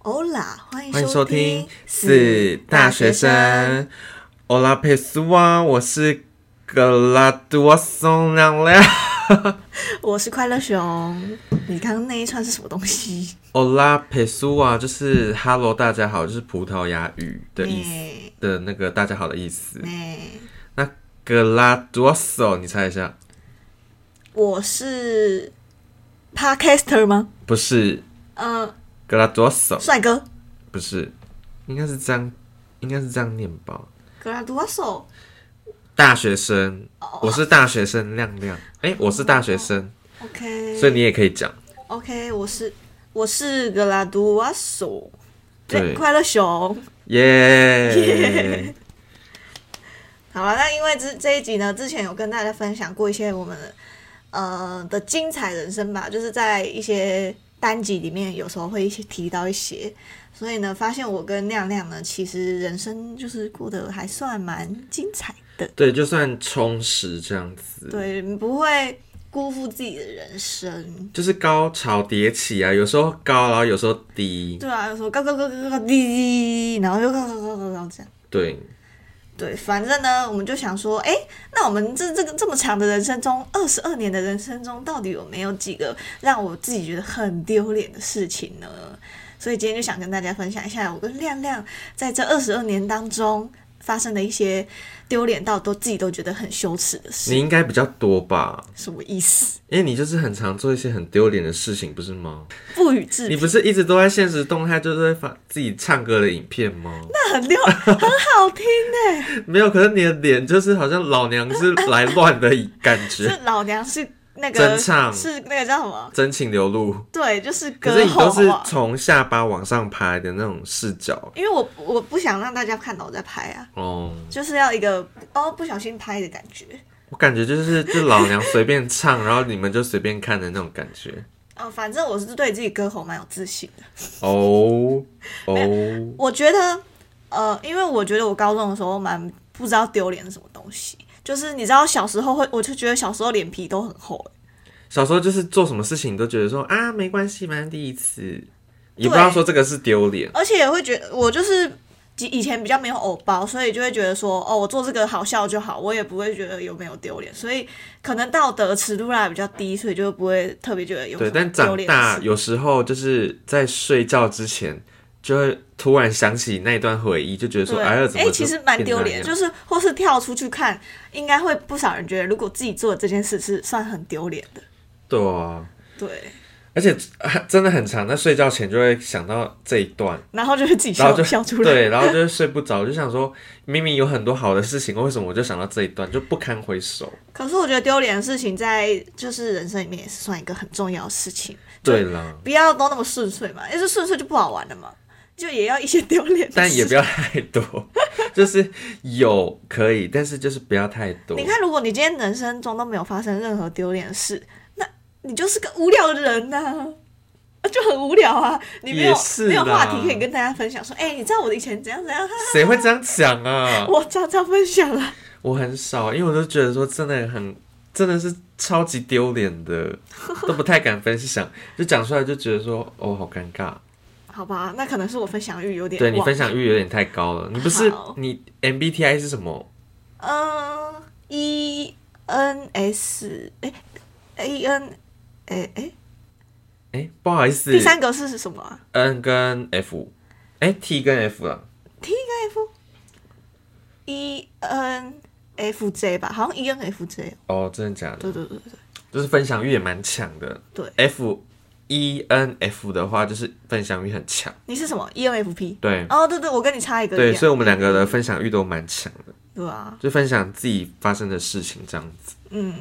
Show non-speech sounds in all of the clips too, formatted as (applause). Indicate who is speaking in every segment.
Speaker 1: 欧啦，欢迎
Speaker 2: 欢迎收听《
Speaker 1: 死
Speaker 2: 死大学生》。欧拉佩苏啊，我是格拉多松亮 (laughs) 亮。
Speaker 1: 我是快乐熊。你刚刚那一串是什么东西？
Speaker 2: 欧拉佩苏啊，就是 “hello，大家好”，就是葡萄牙语的意思
Speaker 1: 咩
Speaker 2: 的那个“大家好”的意思。
Speaker 1: 咩
Speaker 2: 那格拉多松，你猜一下？
Speaker 1: 我是 podcaster 吗？
Speaker 2: 不是
Speaker 1: 嗯、呃，
Speaker 2: 格拉多松，
Speaker 1: 帅哥
Speaker 2: 不是，应该是这样，应该是这样念吧。
Speaker 1: 格拉多索。
Speaker 2: 大学生，我是大学生亮亮，哎、我是大学生，
Speaker 1: OK，
Speaker 2: 所以你也可以讲。
Speaker 1: OK，我是我是格拉多瓦索。
Speaker 2: 对
Speaker 1: 快乐熊。
Speaker 2: 耶！
Speaker 1: 好了，那因为这这一集呢，之前有跟大家分享过一些我们的呃的精彩人生吧，就是在一些单集里面有时候会一些提到一些，所以呢，发现我跟亮亮呢，其实人生就是过得还算蛮精彩的，
Speaker 2: 对，就算充实这样子，，
Speaker 1: 对，不会辜负自己的人生。
Speaker 2: 就是高潮迭起啊，有时候高，然后有时候低，
Speaker 1: 对啊，有时候高高高高高滴滴，然后又高高高高高这样。
Speaker 2: 对，
Speaker 1: 对，反正呢，我们就想说，哎，那我们这这个这么长的人生中，二十二年的人生中，到底有没有几个让我自己觉得很丢脸的事情呢？所以今天就想跟大家分享一下，我跟亮亮在这二十二年当中发生的一些丢脸到都自己都觉得很羞耻的事，
Speaker 2: 你应该比较多吧，
Speaker 1: 什么意思？
Speaker 2: 因为你就是很常做一些很丢脸的事情，不是吗？
Speaker 1: 不予置
Speaker 2: 你
Speaker 1: 评，
Speaker 2: 不是一直都在现实动态就是在发自己唱歌的影片吗？
Speaker 1: 那很丢，很好听哎、
Speaker 2: (laughs) 没有，可是你的脸就是好像老娘是来乱的感
Speaker 1: (laughs)
Speaker 2: 觉，
Speaker 1: 是老娘是那个
Speaker 2: 真唱
Speaker 1: 是那个叫什么？
Speaker 2: 真情流露。
Speaker 1: 对，就是
Speaker 2: 可
Speaker 1: 歌
Speaker 2: 是你
Speaker 1: 后
Speaker 2: 都
Speaker 1: 好不
Speaker 2: 是
Speaker 1: 好
Speaker 2: 从下巴往上拍的那种视角
Speaker 1: 因为我我不想让大家看到我在拍啊。
Speaker 2: 哦，
Speaker 1: 就是要一个哦不小心拍的感觉。
Speaker 2: 我感觉就是就老娘随便唱，然后你们就随便看的那种感觉
Speaker 1: 哦，反正我是对自己歌喉蛮有自信的。
Speaker 2: 哦哦，
Speaker 1: 我觉得，呃，因为我觉得我高中的时候蛮不知道丢脸是什么东西，就是你知道小时候会，我就觉得小时候脸皮都很厚、欸
Speaker 2: 小时候就是做什么事情都觉得说啊没关系，反正第一次，也不知道说这个是丢脸，
Speaker 1: 而且也会觉得我就是以以前比较没有偶包，所以就会觉得说哦，我做这个好笑就好，我也不会觉得有没有丢脸，所以可能道德尺度拉得比较低，所以就不会特别觉得有什
Speaker 2: 对。
Speaker 1: 么
Speaker 2: 但
Speaker 1: 丢
Speaker 2: 长
Speaker 1: 脸的
Speaker 2: 大
Speaker 1: 事
Speaker 2: 有时候就是在睡觉之前。就会突然想起那一段回忆，就觉得说，
Speaker 1: 对，
Speaker 2: 哎呀，怎么就
Speaker 1: 其实蛮丢
Speaker 2: 变
Speaker 1: 脸，
Speaker 2: 那样
Speaker 1: 就是或是跳出去看，应该会不少人觉得，如果自己做的这件事是算很丢脸的。
Speaker 2: 对啊，
Speaker 1: 对，
Speaker 2: 而且、啊真的很长，在睡觉前就会想到这一段，
Speaker 1: 然后就会自己
Speaker 2: 然后
Speaker 1: 笑
Speaker 2: 就
Speaker 1: 笑出来。
Speaker 2: 对，然后就睡不着，就想说明明有很多好的事情，为什么我就想到这一段就不堪回首？
Speaker 1: 可是我觉得丢脸的事情，在就是人生里面也是算一个很重要的事情，
Speaker 2: 对啦，
Speaker 1: 不要都那么顺遂嘛，要是顺遂就不好玩了嘛，就也要一些丢脸的事。
Speaker 2: (laughs) 但也不要太多， (laughs) 就是有可以，但是就是不要太多
Speaker 1: 你。看，如果你今天人生中都没有发生任何丢脸的事，那你就是个无聊的人呐、 (laughs) 就很无聊啊！你没有
Speaker 2: 也是
Speaker 1: 没有话
Speaker 2: 啦
Speaker 1: 题可以跟大家分享，说，哎、你知道我的以前怎样怎样，哈哈
Speaker 2: 谁会这样讲啊？
Speaker 1: (laughs) 我常常分享啊。
Speaker 2: 我很少，因为我都觉得说真的很，真的是超级丢脸
Speaker 1: (laughs)
Speaker 2: 的，都不太敢分享，就讲出来就觉得说哦好尴尬。
Speaker 1: 好吧，那可能是我分享欲有点
Speaker 2: 对你
Speaker 1: 旺
Speaker 2: 分享欲有点太高了，你不是
Speaker 1: 好
Speaker 2: 你 MBTI 是什么？
Speaker 1: 嗯，E N S，哎，E N，哎哎，
Speaker 2: 哎、不好意思，
Speaker 1: 第三个是是什么、啊、
Speaker 2: N 跟 F，哎、t 跟 F 啦，
Speaker 1: ？T 跟 F，E N F J 吧，好像 E N F J，
Speaker 2: 哦，真的假的？
Speaker 1: 对对对对。
Speaker 2: 就是分享欲也蛮强的。
Speaker 1: 对
Speaker 2: ，F E N F 的话，就是分享欲很强。
Speaker 1: 你是什么？E ENFP？
Speaker 2: 对，
Speaker 1: 哦，对对，我跟你差一个
Speaker 2: 对，
Speaker 1: 一
Speaker 2: 所
Speaker 1: 样，
Speaker 2: 以我们两个的分享欲都蛮强的，
Speaker 1: 对啊，
Speaker 2: 就分享自己发生的事情这样子。
Speaker 1: 嗯，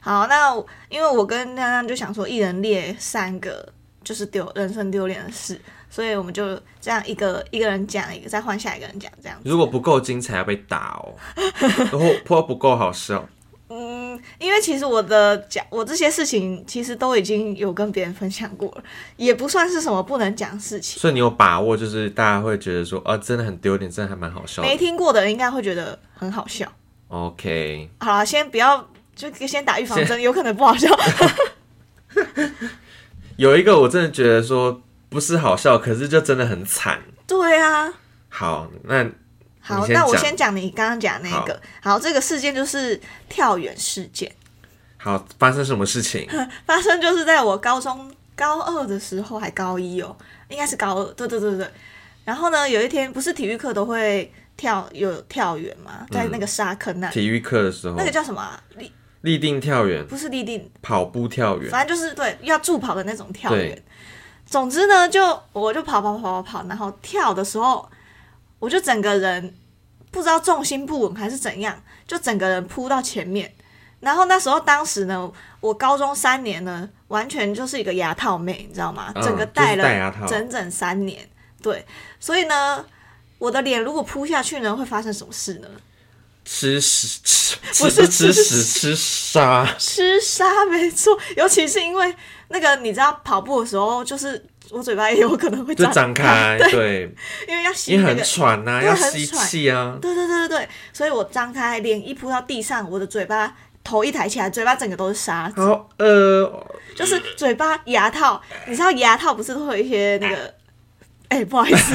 Speaker 1: 好，那我因为我跟亮亮就想说，一人列三个就是丢人生丢脸的事，所以我们就这样一个一个人讲一个，再换下一个人讲这样子。
Speaker 2: (laughs) 如果不够精彩，要被打哦。然后或不够好笑，
Speaker 1: 嗯，因为其实我的讲我这些事情，其实都已经有跟别人分享过了，也不算是什么不能讲的事情。
Speaker 2: 所以你有把握，就是大家会觉得说，啊，真的很丢脸，真的还蛮好笑
Speaker 1: 没
Speaker 2: 的。
Speaker 1: 听过的人应该会觉得很好笑。
Speaker 2: OK，
Speaker 1: 好了，先不要，就先打预防针，有可能不好笑。 (laughs)
Speaker 2: 有一个我真的觉得说不是好笑，可是就真的很惨。
Speaker 1: 对啊，
Speaker 2: 好，那
Speaker 1: 好，
Speaker 2: 你先
Speaker 1: 那我
Speaker 2: 讲
Speaker 1: 先讲你刚刚讲那个。好，这个事件就是跳远事件，
Speaker 2: 好发生什么事情？
Speaker 1: (laughs) 发生就是在我高中高二的时候，还高一哦，应该是高二。对对对对。然后呢，有一天不是体育课都会跳有跳远嘛，在那个沙坑那里，
Speaker 2: 嗯体育课的时候
Speaker 1: 那，个叫什么啊、立
Speaker 2: 立定跳远、
Speaker 1: 不是立定，
Speaker 2: 跑步跳远，
Speaker 1: 反正就是对要助跑的那种跳远
Speaker 2: 对。
Speaker 1: 总之呢，就我就跑跑跑跑跑，然后跳的时候，我就整个人不知道重心不稳还是怎样，就整个人扑到前面。然后那时候当时呢，我高中三年呢，完全就是一个牙套妹，你知道吗？
Speaker 2: 嗯
Speaker 1: 整个戴
Speaker 2: 就是戴牙套
Speaker 1: 了整整三年，对，所以呢。我的脸如果扑下去呢，会发生什么事呢？
Speaker 2: 吃屎吃
Speaker 1: 不
Speaker 2: 吃
Speaker 1: 是吃
Speaker 2: 吃屎吃沙，
Speaker 1: 吃沙 (laughs) 没错，尤其是因为那个你知道跑步的时候，就是我嘴巴也有可能会
Speaker 2: 就
Speaker 1: 张
Speaker 2: 张开，对，
Speaker 1: 因为要吸
Speaker 2: 因为
Speaker 1: 那
Speaker 2: 很
Speaker 1: 个。
Speaker 2: 喘呐、
Speaker 1: 对
Speaker 2: 要
Speaker 1: 很
Speaker 2: 吸
Speaker 1: 喘
Speaker 2: 气啊。
Speaker 1: 对对对对对，所以我张开脸一扑到地上，我的嘴巴头一抬起来，嘴巴整个都是沙，
Speaker 2: 好呃，
Speaker 1: 就是嘴巴牙套，你知道牙套不是都会有一些那个，哎、不好意
Speaker 2: (laughs)
Speaker 1: 思，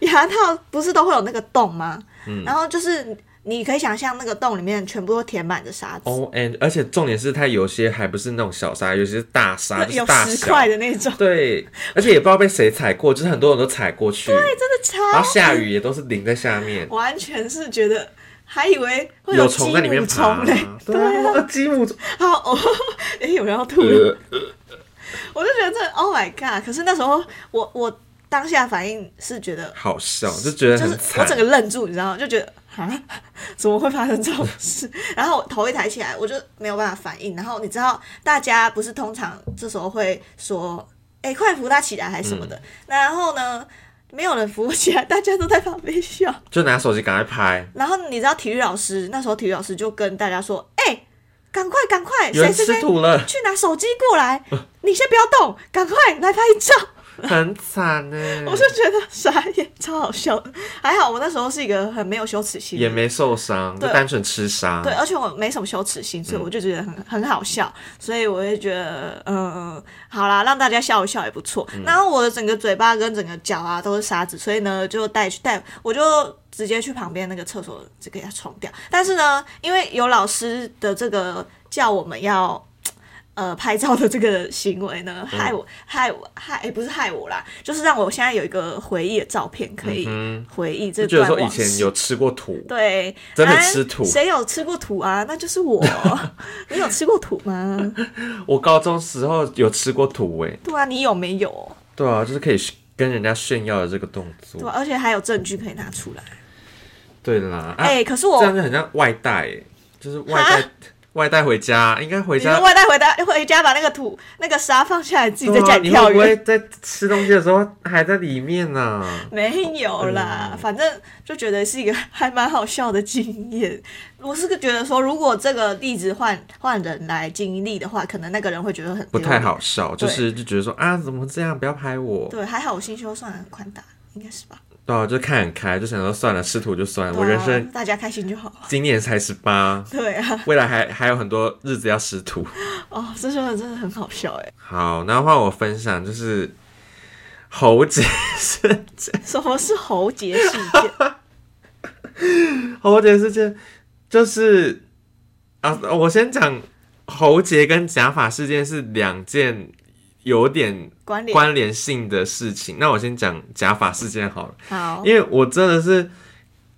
Speaker 1: 牙套不是都会有那个洞吗？
Speaker 2: 嗯
Speaker 1: 然后就是你可以想象那个洞里面全部都填满着沙子，
Speaker 2: 哦，and 而且重点是它有些还不是那种小沙，有些是大沙，就是
Speaker 1: 有
Speaker 2: 大
Speaker 1: 十
Speaker 2: 小。
Speaker 1: 块的那种，哎
Speaker 2: 对，而且也不知道被谁踩过，就是很多人都踩过去，
Speaker 1: 真的超
Speaker 2: 然后下雨也都是淋在下面，
Speaker 1: 完全是觉得，还以为会
Speaker 2: 有
Speaker 1: 鸡
Speaker 2: 虫在里面
Speaker 1: 母
Speaker 2: 爬
Speaker 1: 虫嘞，
Speaker 2: 啊，对啊，呃鸡母虫，
Speaker 1: 好 (laughs) 哦，哎、有人要吐了，
Speaker 2: 呃
Speaker 1: 我就觉得这 Oh my God！可是那时候我我当下反应是觉得，
Speaker 2: 好笑，就觉得
Speaker 1: 就是
Speaker 2: 很
Speaker 1: 我
Speaker 2: 惨
Speaker 1: 整。个愣住，你知道吗？就觉得啊，怎么会发生这种事？ (laughs) 然后我头一抬起来，我就没有办法反应。然后你知道，大家不是通常这时候会说，哎、快扶他起来还是什么
Speaker 2: 嗯
Speaker 1: 的。那然后呢，没有人扶我起来，大家都在旁边笑。
Speaker 2: 就拿手机赶快拍，
Speaker 1: 然后你知道体育老师那时候体育老师就跟大家说：“哎、赶快赶快，谁
Speaker 2: 有人呃
Speaker 1: 谁
Speaker 2: 吃
Speaker 1: 谁
Speaker 2: 土了，
Speaker 1: 去拿手机过来，你先不要动，赶快来拍照。
Speaker 2: 很惨欸呢。”
Speaker 1: 我就觉得傻眼，超好笑的。还好我那时候是一个很没有羞耻心的
Speaker 2: 也
Speaker 1: 人，
Speaker 2: 没受伤，就
Speaker 1: 对
Speaker 2: 单纯吃沙。
Speaker 1: 对，而且我没什么羞耻心，所以
Speaker 2: 嗯
Speaker 1: 我就觉得很、很好笑，所以我就觉得，嗯，好啦，让大家笑一笑也不错。
Speaker 2: 嗯
Speaker 1: 然后我的整个嘴巴跟整个脚啊都是沙子，所以呢就带去带，我就直接去旁边那个厕所就给它冲掉。但是呢，因为有老师的这个叫我们要。呃，拍照的这个行为呢，害
Speaker 2: 嗯
Speaker 1: 我，害我，害，诶不是害我啦，就是让我现在有一个回忆的照片可以回忆这
Speaker 2: 嗯就觉
Speaker 1: 段
Speaker 2: 得说以
Speaker 1: 往事。
Speaker 2: 前有吃过土，
Speaker 1: 对，
Speaker 2: 真的
Speaker 1: 啊
Speaker 2: 吃土
Speaker 1: 谁有吃过土啊？那就是
Speaker 2: (laughs)
Speaker 1: 我。你有吃过土吗？
Speaker 2: 我高中时候有吃过土诶、
Speaker 1: 对啊，你有没有？
Speaker 2: 对啊，就是可以跟人家炫耀的这个动
Speaker 1: 对啊
Speaker 2: 作。
Speaker 1: 吧、而且还有证据可以拿出来。
Speaker 2: 对啦，啊，
Speaker 1: 哎、可是
Speaker 2: 这样
Speaker 1: 我，
Speaker 2: 就很像外带、欸，就是外带外带回家，应该回
Speaker 1: 你说
Speaker 2: 家。
Speaker 1: 外带回家，回家把那个土、那个沙放下来，自己在
Speaker 2: 对
Speaker 1: 家
Speaker 2: 啊，
Speaker 1: 里
Speaker 2: 你
Speaker 1: 跳
Speaker 2: 会不
Speaker 1: 远。
Speaker 2: 会在吃东西的时候还在里面啊呢、
Speaker 1: 没有啦，
Speaker 2: 嗯
Speaker 1: 反正就觉得是一个还蛮好笑的经验。我是觉得说，如果这个例子换换人来经历的话，可能那个人会觉得很
Speaker 2: 不
Speaker 1: 丢
Speaker 2: 太
Speaker 1: 脸。
Speaker 2: 好笑，就是就觉得说啊，怎么这样？不要拍我。
Speaker 1: 对，还好我心胸算很宽大，应该是吧？
Speaker 2: 对啊，就看很开，就想说算了，吃土就算了。我
Speaker 1: 对
Speaker 2: 人
Speaker 1: 啊
Speaker 2: 生
Speaker 1: 大家开心就好。
Speaker 2: 今年才十八，
Speaker 1: 对啊，
Speaker 2: 未来还还有很多日子要吃土。
Speaker 1: 哦，这说的真的很好笑哎。
Speaker 2: 好，那换我分享，就是喉结事件。
Speaker 1: 什么是喉结事
Speaker 2: (laughs)
Speaker 1: 件？
Speaker 2: 喉结事件就是啊，我先讲喉结跟假发事件是两件有点
Speaker 1: 关联
Speaker 2: 关联性的事情。那我先讲假发事件好了。
Speaker 1: 好，
Speaker 2: 因为我真的是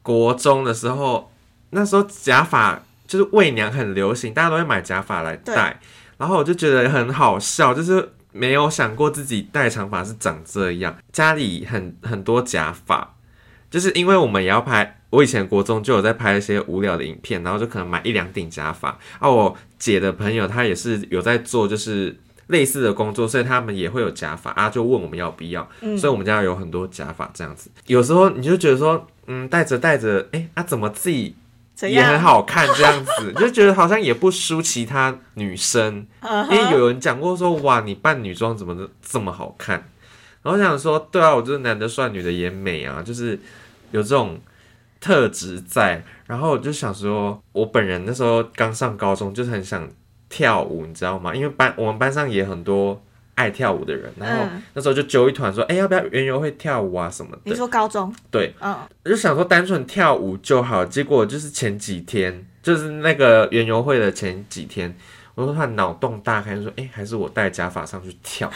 Speaker 2: 国中的时候，那时候假发就是媚娘很流行，大家都会买假发来戴，然后我就觉得很好笑，就是没有想过自己戴长发是长这样，家里很很多假发，就是因为我们也要拍。我以前国中就有在拍一些无聊的影片，然后就可能买一两顶假发。啊，我姐的朋友她也是有在做，就是类似的工作，所以他们也会有假发啊，就问我们要不要。所以我们家有很多假发这样子。有时候你就觉得说，嗯，戴着戴着，哎、啊，怎么自己
Speaker 1: 怎
Speaker 2: 也
Speaker 1: 样？
Speaker 2: 很好看，这样子 (laughs) 就觉得好像也不输其他女生，
Speaker 1: 嗯
Speaker 2: 因为
Speaker 1: 哼，
Speaker 2: 有人讲过说哇，你扮女装怎么能这么好看？然后我想说，对啊，我就是男的帅，女的也美啊，就是有这种特质在。然后我就想说，我本人那时候刚上高中，就是很想跳舞，你知道吗？因为班我们班上也很多爱跳舞的人，然后
Speaker 1: 嗯
Speaker 2: 那时候就揪一团说，哎、要不要圆游会跳舞啊什么
Speaker 1: 你
Speaker 2: 的？
Speaker 1: 说高中，
Speaker 2: 对，
Speaker 1: 嗯，
Speaker 2: 就想说单纯跳舞就好，结果就是前几天，就是那个园游会的前几天，我说他脑洞大开，就说：“哎、还是我戴假发上去跳。”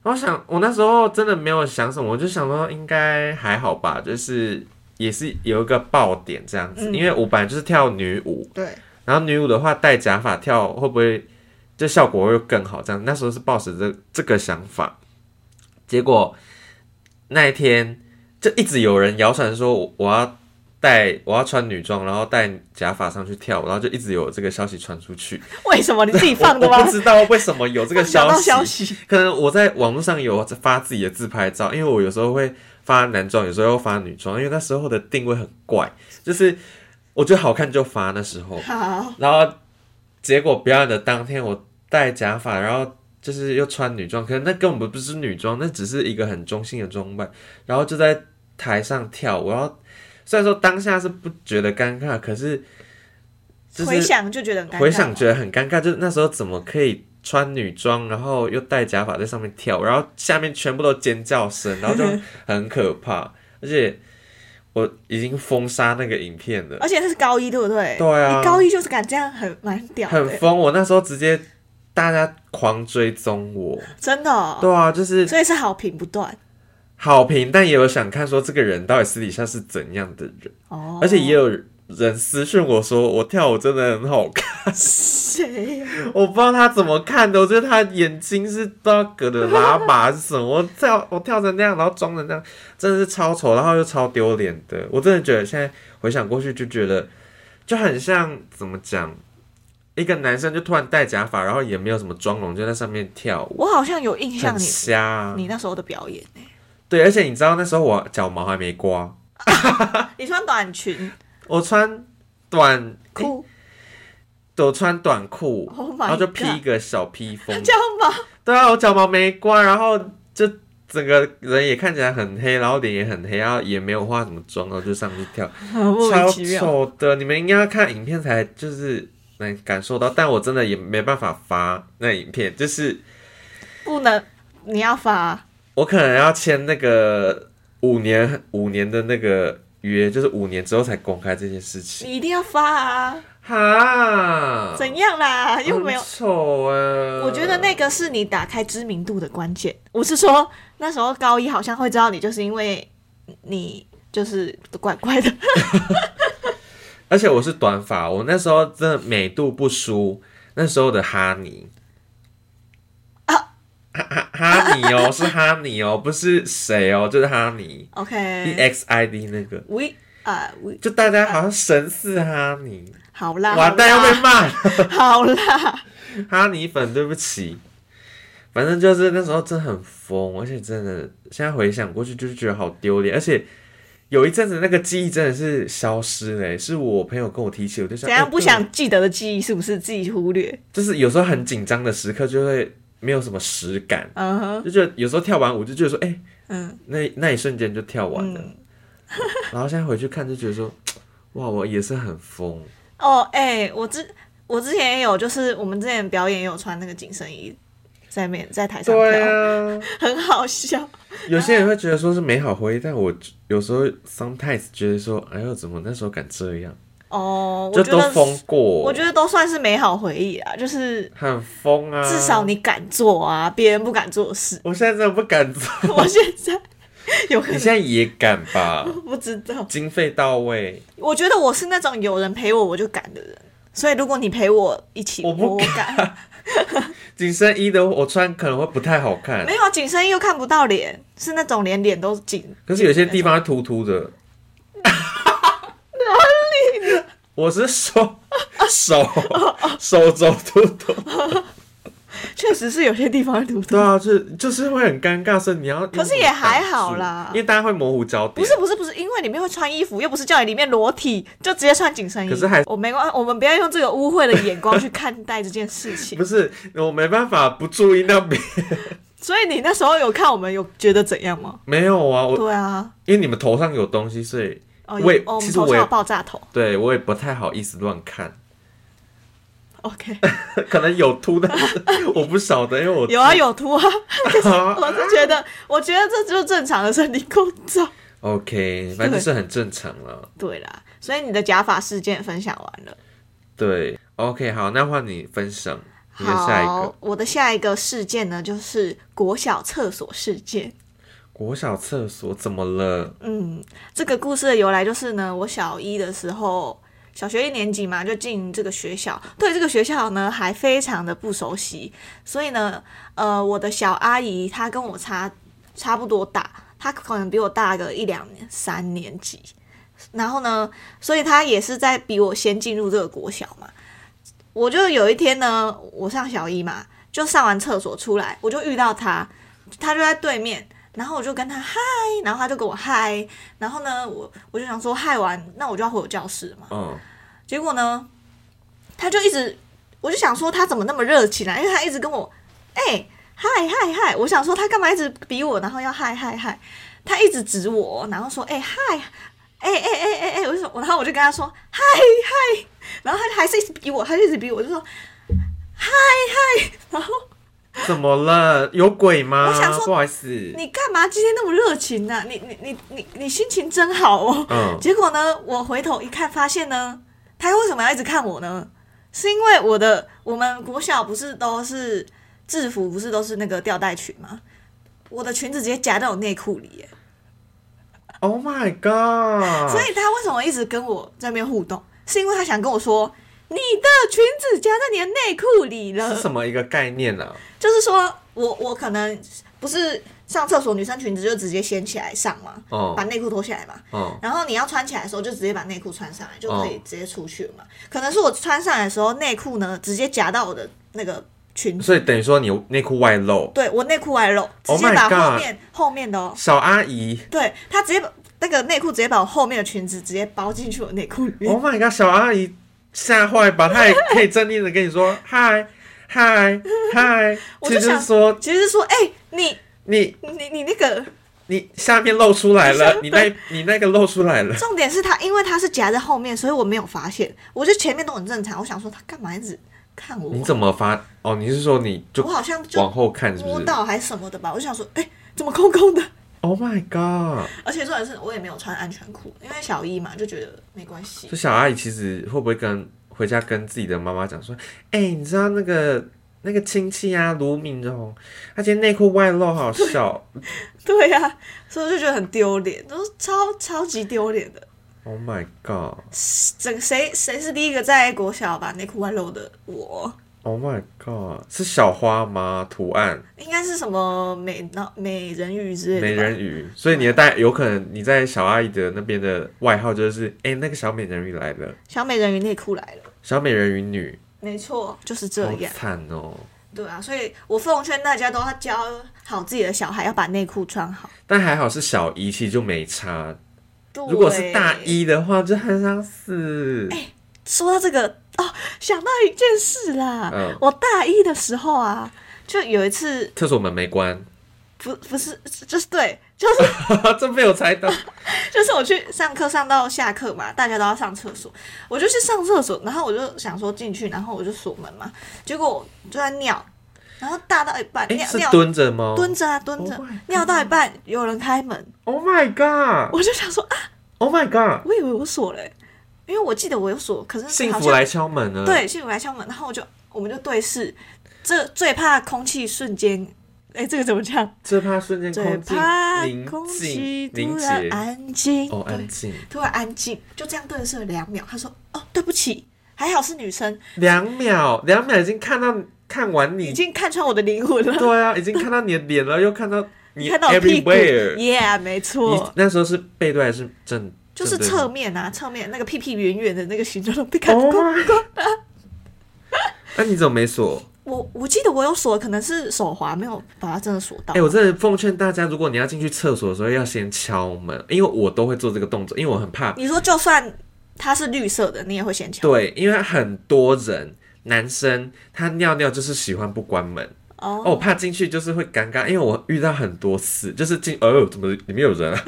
Speaker 2: 然后想，我那时候真的没有想什么，我就想说应该还好吧，就是也是有一个爆点这样子，
Speaker 1: 嗯
Speaker 2: 因为我本来就是跳女舞，
Speaker 1: 对，
Speaker 2: 然后女舞的话戴假发跳会不会这效果会更好？这样那时候是抱持这这个想法，结果那一天就一直有人谣传说我我要戴我要穿女装，然后戴假发上去跳舞，然后就一直有这个消息传出去。
Speaker 1: 为什么你自己 (laughs) 放的
Speaker 2: 我
Speaker 1: 吗
Speaker 2: 我不？知道为什么有这个
Speaker 1: 找
Speaker 2: 消
Speaker 1: 到
Speaker 2: 息，
Speaker 1: 消息，
Speaker 2: 可能我在网络上有发自己的自拍照，因为我有时候会发男装，有时候发女装，因为那时候的定位很怪，就是我觉得好看就发那时候。
Speaker 1: 好，
Speaker 2: 然后结果表演的当天，我戴假发，然后就是又穿女装，可是那根本不是女装，那只是一个很中性的装扮，然后就在台上跳舞，然后虽然说当下是不觉得尴尬，可是就是
Speaker 1: 回想就觉得很尴尬，
Speaker 2: 回想觉得很尴尬，就是那时候怎么可以穿女装，然后又戴假发在上面跳，然后下面全部都尖叫声，然后就很可怕，而且我已经封杀那个影片了。
Speaker 1: 而且那是高一，对不对？
Speaker 2: 对啊
Speaker 1: 你高一就是敢这样，很蛮屌
Speaker 2: 很
Speaker 1: 的，
Speaker 2: 疯，我那时候直接大家狂追踪我，
Speaker 1: 真的哦。
Speaker 2: 对啊，就是
Speaker 1: 所以是好评不断
Speaker 2: 好评，但也有想看说这个人到底私底下是怎样的人，
Speaker 1: 哦。
Speaker 2: 而且也有人私讯我说我跳舞真的很好看，
Speaker 1: 谁呀？
Speaker 2: 我不知道他怎么看的，我觉得他眼睛是都要隔的拉把是什么，我跳我跳成那样，然后装成那样，真的是超丑，然后又超丢脸的，我真的觉得现在回想过去就觉得就很像怎么讲。一个男生就突然戴假发，然后也没有什么妆容，就在上面跳舞。
Speaker 1: 我好像有印象
Speaker 2: 很
Speaker 1: 你，
Speaker 2: 瞎、啊。
Speaker 1: 你那时候的表演，
Speaker 2: 对，而且你知道那时候我脚毛还没刮，
Speaker 1: 你穿短裙
Speaker 2: 我穿短，
Speaker 1: 哭
Speaker 2: 我穿短裤
Speaker 1: Oh my。
Speaker 2: 然后就披一个小披风
Speaker 1: (laughs) 这样吗？
Speaker 2: 对啊，我脚毛没刮，然后就整个人也看起来很黑，然后脸也很黑，然后也没有化什么妆，然后就上去跳，
Speaker 1: 很莫
Speaker 2: 超
Speaker 1: 名其妙。
Speaker 2: 丑的。你们应该要看影片才就是能感受到，但我真的也没办法发那影片，就是
Speaker 1: 不能，你要发
Speaker 2: 我可能要签那个五年五年的那个约，就是五年之后才公开这件事情。
Speaker 1: 你一定要发啊！
Speaker 2: 哈，
Speaker 1: 怎样啦？又没有
Speaker 2: 很，丑哎、
Speaker 1: 我觉得那个是你打开知名度的关键。我是说，那时候高一好像会知道你，就是因为你就是怪怪的， (laughs)
Speaker 2: 而且我是短发，我那时候真的美度不输那时候的哈尼。
Speaker 1: 啊
Speaker 2: 哈哈哈尼哦， (laughs) 是哈尼哦，不是谁哦，就是哈尼 E
Speaker 1: OK，
Speaker 2: X I D 那个，
Speaker 1: 喂
Speaker 2: 哎
Speaker 1: 啊喂，
Speaker 2: 就大家好像神似哈尼，
Speaker 1: 好啦，
Speaker 2: 完蛋要被骂了，
Speaker 1: 被 (laughs) 好
Speaker 2: (laughs)
Speaker 1: 啦，
Speaker 2: 哈尼粉，对不起。反正就是那时候真的很疯，而且真的现在回想过去就是觉得好丢脸，而且有一阵子那个记忆真的是消失了欸、是我朋友跟我提起，我就想
Speaker 1: 怎样
Speaker 2: 欸
Speaker 1: 不
Speaker 2: 对
Speaker 1: 想记得的记忆是不是自己忽略？
Speaker 2: 就是有时候很紧张的时刻就会没有什么实感，
Speaker 1: 嗯哼，
Speaker 2: 就觉得有时候跳完舞就觉得说，哎、
Speaker 1: 嗯，
Speaker 2: 那那一瞬间就跳完了，
Speaker 1: 嗯
Speaker 2: 然后现在回去看就觉得说，哇，我也是很疯，
Speaker 1: 哦，哎、我之我之前也有，就是我们之前表演也有穿那个紧身衣。在面在台上跳，
Speaker 2: 对啊，
Speaker 1: 很好笑。 (laughs)
Speaker 2: 有些人会觉得说是美好回忆，但我有时候 sometimes 觉得说，哎呦，怎么那时候敢这样，
Speaker 1: 哦，
Speaker 2: 就
Speaker 1: 我觉
Speaker 2: 都
Speaker 1: 得
Speaker 2: 疯过，
Speaker 1: 我觉得都算是美好回忆啊，就是
Speaker 2: 很疯啊，。
Speaker 1: 至少你敢做啊，别人不敢做的事 (laughs)
Speaker 2: 我现在真的不敢做，
Speaker 1: 我现在有可
Speaker 2: 你
Speaker 1: 能
Speaker 2: 现在也敢吧？
Speaker 1: 不知道，
Speaker 2: 经费到位，
Speaker 1: 我觉得我是那种有人陪我我就敢的人，所以如果你陪我一起，
Speaker 2: 我
Speaker 1: 我
Speaker 2: 不
Speaker 1: 敢。
Speaker 2: 紧身衣的我穿可能会不太好看
Speaker 1: 没，有啊紧身衣又看不到脸，是那种连脸都紧。
Speaker 2: 可是有些地方是突突的。哪里？ (laughs)
Speaker 1: (laughs)
Speaker 2: 我是说手手肘突突。
Speaker 1: 确实是有些地方会读
Speaker 2: 对
Speaker 1: 到。
Speaker 2: 啊，就是就是会很尴尬，所以你要用
Speaker 1: 可是
Speaker 2: 什么
Speaker 1: 也还
Speaker 2: 挡住
Speaker 1: 好啦
Speaker 2: 因为大家会模糊焦点。
Speaker 1: 不是不是不是，因为里面会穿衣服，又不是叫你里面裸体，就直接穿紧身衣。
Speaker 2: 可是还
Speaker 1: 我没关，我们不要用这个污秽的眼光去看待这件事情
Speaker 2: (laughs) 不。是我没办法不注意那边 (laughs)
Speaker 1: 所以你那时候有看我们有觉得怎样吗？
Speaker 2: 没有啊，我
Speaker 1: 对啊，
Speaker 2: 因为你们头上有东西，所以
Speaker 1: 哦，
Speaker 2: 我也
Speaker 1: 有哦，我
Speaker 2: 其
Speaker 1: 们
Speaker 2: 实
Speaker 1: 头
Speaker 2: 我
Speaker 1: 上
Speaker 2: 也
Speaker 1: 有爆炸头。
Speaker 2: 对我也不太好意思乱看， (laughs)
Speaker 1: OK，
Speaker 2: 呃可能有秃，但是我不晓得，因为
Speaker 1: (laughs)
Speaker 2: 我
Speaker 1: 有啊有图啊，
Speaker 2: 啊。
Speaker 1: 我是觉得，我觉得这就是正常的生理构造。
Speaker 2: (laughs) OK，反正就是很正常了。
Speaker 1: 对啦，所以你的假发事件分享完了。
Speaker 2: 对，OK，好，那换你分享你的下一个
Speaker 1: 好，我的下一个事件呢，就是国小厕所事件。
Speaker 2: 国小厕所怎么了？
Speaker 1: 嗯，这个故事的由来就是呢，我小一的时候，小学一年级嘛，就进这个学校，对这个学校呢还非常的不熟悉，所以呢，呃，我的小阿姨她跟我差差不多大，她可能比我大个一两年、三年级，然后呢，所以她也是在比我先进入这个国小嘛。我就有一天呢，我上小一嘛，就上完厕所出来，我就遇到她，她就在对面，然后我就跟她嗨，然后她就跟我嗨，然后呢，我我就想说嗨完，那我就要回我教室嘛。
Speaker 2: 嗯，
Speaker 1: 结果呢，他就一直，我就想说他怎么那么热情啊？因为他一直跟我，哎、嗨嗨嗨！我想说他干嘛一直逼我，然后要嗨嗨嗨？他一直指我，然后说，哎、嗨，哎哎哎哎哎，我就说，然后我就跟他说，嗨嗨，然后他还是一直逼我，他就一直逼我，就说，嗨嗨，然后
Speaker 2: 怎么了？有鬼吗？
Speaker 1: 我想说
Speaker 2: 不好意思，
Speaker 1: 你干嘛今天那么热情呢、你你你你你心情真好哦。
Speaker 2: 嗯，
Speaker 1: 结果呢，我回头一看，发现呢，他为什么要一直看我呢？是因为我的我们国小不是都是制服，不是都是那个吊带裙吗？我的裙子直接夹到我内裤里耶，
Speaker 2: Oh my god！
Speaker 1: 所以他为什么一直跟我在那边互动？是因为他想跟我说，你的裙子夹在你的内裤里了。
Speaker 2: 是什么一个概念呢、啊？
Speaker 1: 就是说我我可能不是上厕所，女生裙子就直接掀起来上嘛，
Speaker 2: 哦
Speaker 1: 把内裤脱下来嘛。
Speaker 2: 哦
Speaker 1: 然后你要穿起来的时候，就直接把内裤穿上来，就可以
Speaker 2: 哦
Speaker 1: 直接出去了嘛。可能是我穿上来的时候，内裤呢直接夹到我的那个裙子，
Speaker 2: 所以等于说你内裤外露，
Speaker 1: 对我内裤外露，直
Speaker 2: Oh
Speaker 1: 接
Speaker 2: my
Speaker 1: 把后
Speaker 2: God
Speaker 1: 面、后面的哦，
Speaker 2: 小阿姨
Speaker 1: 对他直接把那个内裤直接把我后面的裙子直接包进去我内裤里面。
Speaker 2: ，Oh my god！小阿姨吓坏吧？她也可以镇定的跟你
Speaker 1: (laughs)
Speaker 2: 说嗨嗨嗨，
Speaker 1: 我
Speaker 2: 其
Speaker 1: 就
Speaker 2: 实就
Speaker 1: 想
Speaker 2: 是说
Speaker 1: 其实是说，哎、你
Speaker 2: 你
Speaker 1: 你你那个
Speaker 2: 你下面露出来
Speaker 1: (laughs)
Speaker 2: 了，
Speaker 1: 对
Speaker 2: 你那你那个露出来了，
Speaker 1: 重点是他，因为他是夹在后面，所以我没有发现，我就前面都很正常。我想说他干嘛一直看我
Speaker 2: 你？怎么发？哦，你是说你就
Speaker 1: 我好像就
Speaker 2: 往后看是不
Speaker 1: 摸
Speaker 2: 是
Speaker 1: 到还是什么的吧？我就想说，哎、怎么空空的？
Speaker 2: ？Oh my god！
Speaker 1: 而且重点是我也没有穿安全裤，因为小一嘛，就觉得没关系
Speaker 2: 就。小阿姨其实会不会跟回家跟自己的妈妈讲说，哎、你知道那个那个亲戚啊，卢敏荣，他今天内裤外露，好笑。
Speaker 1: 对呀、所以我就觉得很丢脸，都是超超级丢脸的。
Speaker 2: Oh my god!
Speaker 1: 整谁谁是第一个在国小把内裤外露的我？
Speaker 2: Oh my god! 是小花吗？图案
Speaker 1: 应该是什么美那美人鱼之类的吧
Speaker 2: 美人鱼，所以你的代有可能你在小阿姨的那边的外号就是，哎、那个小美人鱼来了，
Speaker 1: 小美人鱼内裤来了，
Speaker 2: 小美人鱼女，
Speaker 1: 没错，就是这
Speaker 2: 好
Speaker 1: 样。
Speaker 2: 惨哦。
Speaker 1: 对啊，所以我奉劝大家都要教好自己的小孩，要把内裤穿好。
Speaker 2: 但还好是小一，其实就没差。
Speaker 1: 对哎
Speaker 2: 如果是大，一的话，就很想死。
Speaker 1: 说到这个哦，想到一件事啦，
Speaker 2: 嗯
Speaker 1: 我大一的时候啊，就有一次，
Speaker 2: 厕所门没关， (laughs)
Speaker 1: 不不是，就是对，就是 (laughs)
Speaker 2: 这被我猜到。
Speaker 1: 就是我去上课上到下课嘛，大家都要上厕所，我就去上厕所，然后我就想说进去，然后我就锁门嘛，结果我就在尿，然后大到一半
Speaker 2: 哎、
Speaker 1: 尿
Speaker 2: 是
Speaker 1: 尿
Speaker 2: 蹲着吗？
Speaker 1: 蹲着啊蹲着
Speaker 2: Oh my God
Speaker 1: 尿到一半有人开门，
Speaker 2: Oh my god!
Speaker 1: 我就想说啊，
Speaker 2: Oh my god!
Speaker 1: 我以为我锁了欸、因为我记得我有锁，可是
Speaker 2: 幸
Speaker 1: 好
Speaker 2: 福
Speaker 1: 像
Speaker 2: 来敲门了。，
Speaker 1: 对幸福来敲门，然后我就我们就对视，这最怕空气瞬间，哎、这个怎么讲？
Speaker 2: 最怕瞬间
Speaker 1: 最
Speaker 2: 空气
Speaker 1: 怕
Speaker 2: 宁
Speaker 1: 空气
Speaker 2: 静
Speaker 1: 突
Speaker 2: 凝
Speaker 1: 然
Speaker 2: 结。
Speaker 1: 安静，
Speaker 2: 哦，
Speaker 1: 对
Speaker 2: 安静。
Speaker 1: 突然安静，就这样对视了两秒。他说：“哦，对不起，还好是女生，
Speaker 2: 两秒，两秒已经看到看完
Speaker 1: 已
Speaker 2: 你，
Speaker 1: 经看穿我的灵魂 (laughs) 了，
Speaker 2: 对啊，已经看到你的脸了，又看到你
Speaker 1: 看到我屁股
Speaker 2: everywhere。
Speaker 1: ，yeah，没
Speaker 2: 你
Speaker 1: 错。”
Speaker 2: 那时候是背对还是正？
Speaker 1: 就是
Speaker 2: 正对
Speaker 1: 侧面啊，侧面那个 Oh (laughs) 屁屁圆圆的那个形状都被看
Speaker 2: 哦
Speaker 1: 过。哦
Speaker 2: my god！那你怎么没锁？
Speaker 1: 我我记得我有锁，可能是手滑没有把它真的锁到。
Speaker 2: 哎、我真的奉劝大家，如果你要进去厕所的时候，要先敲门，因为我都会做这个动作，因为我很怕。
Speaker 1: 你说就算它是绿色的，你也会先敲？
Speaker 2: 对，因为很多人男生他尿尿就是喜欢不关门，
Speaker 1: 哦
Speaker 2: 哦，我怕进去就是会尴尬，因为我遇到很多次，就是进哦，怎么里面有
Speaker 1: (laughs)
Speaker 2: 人啊？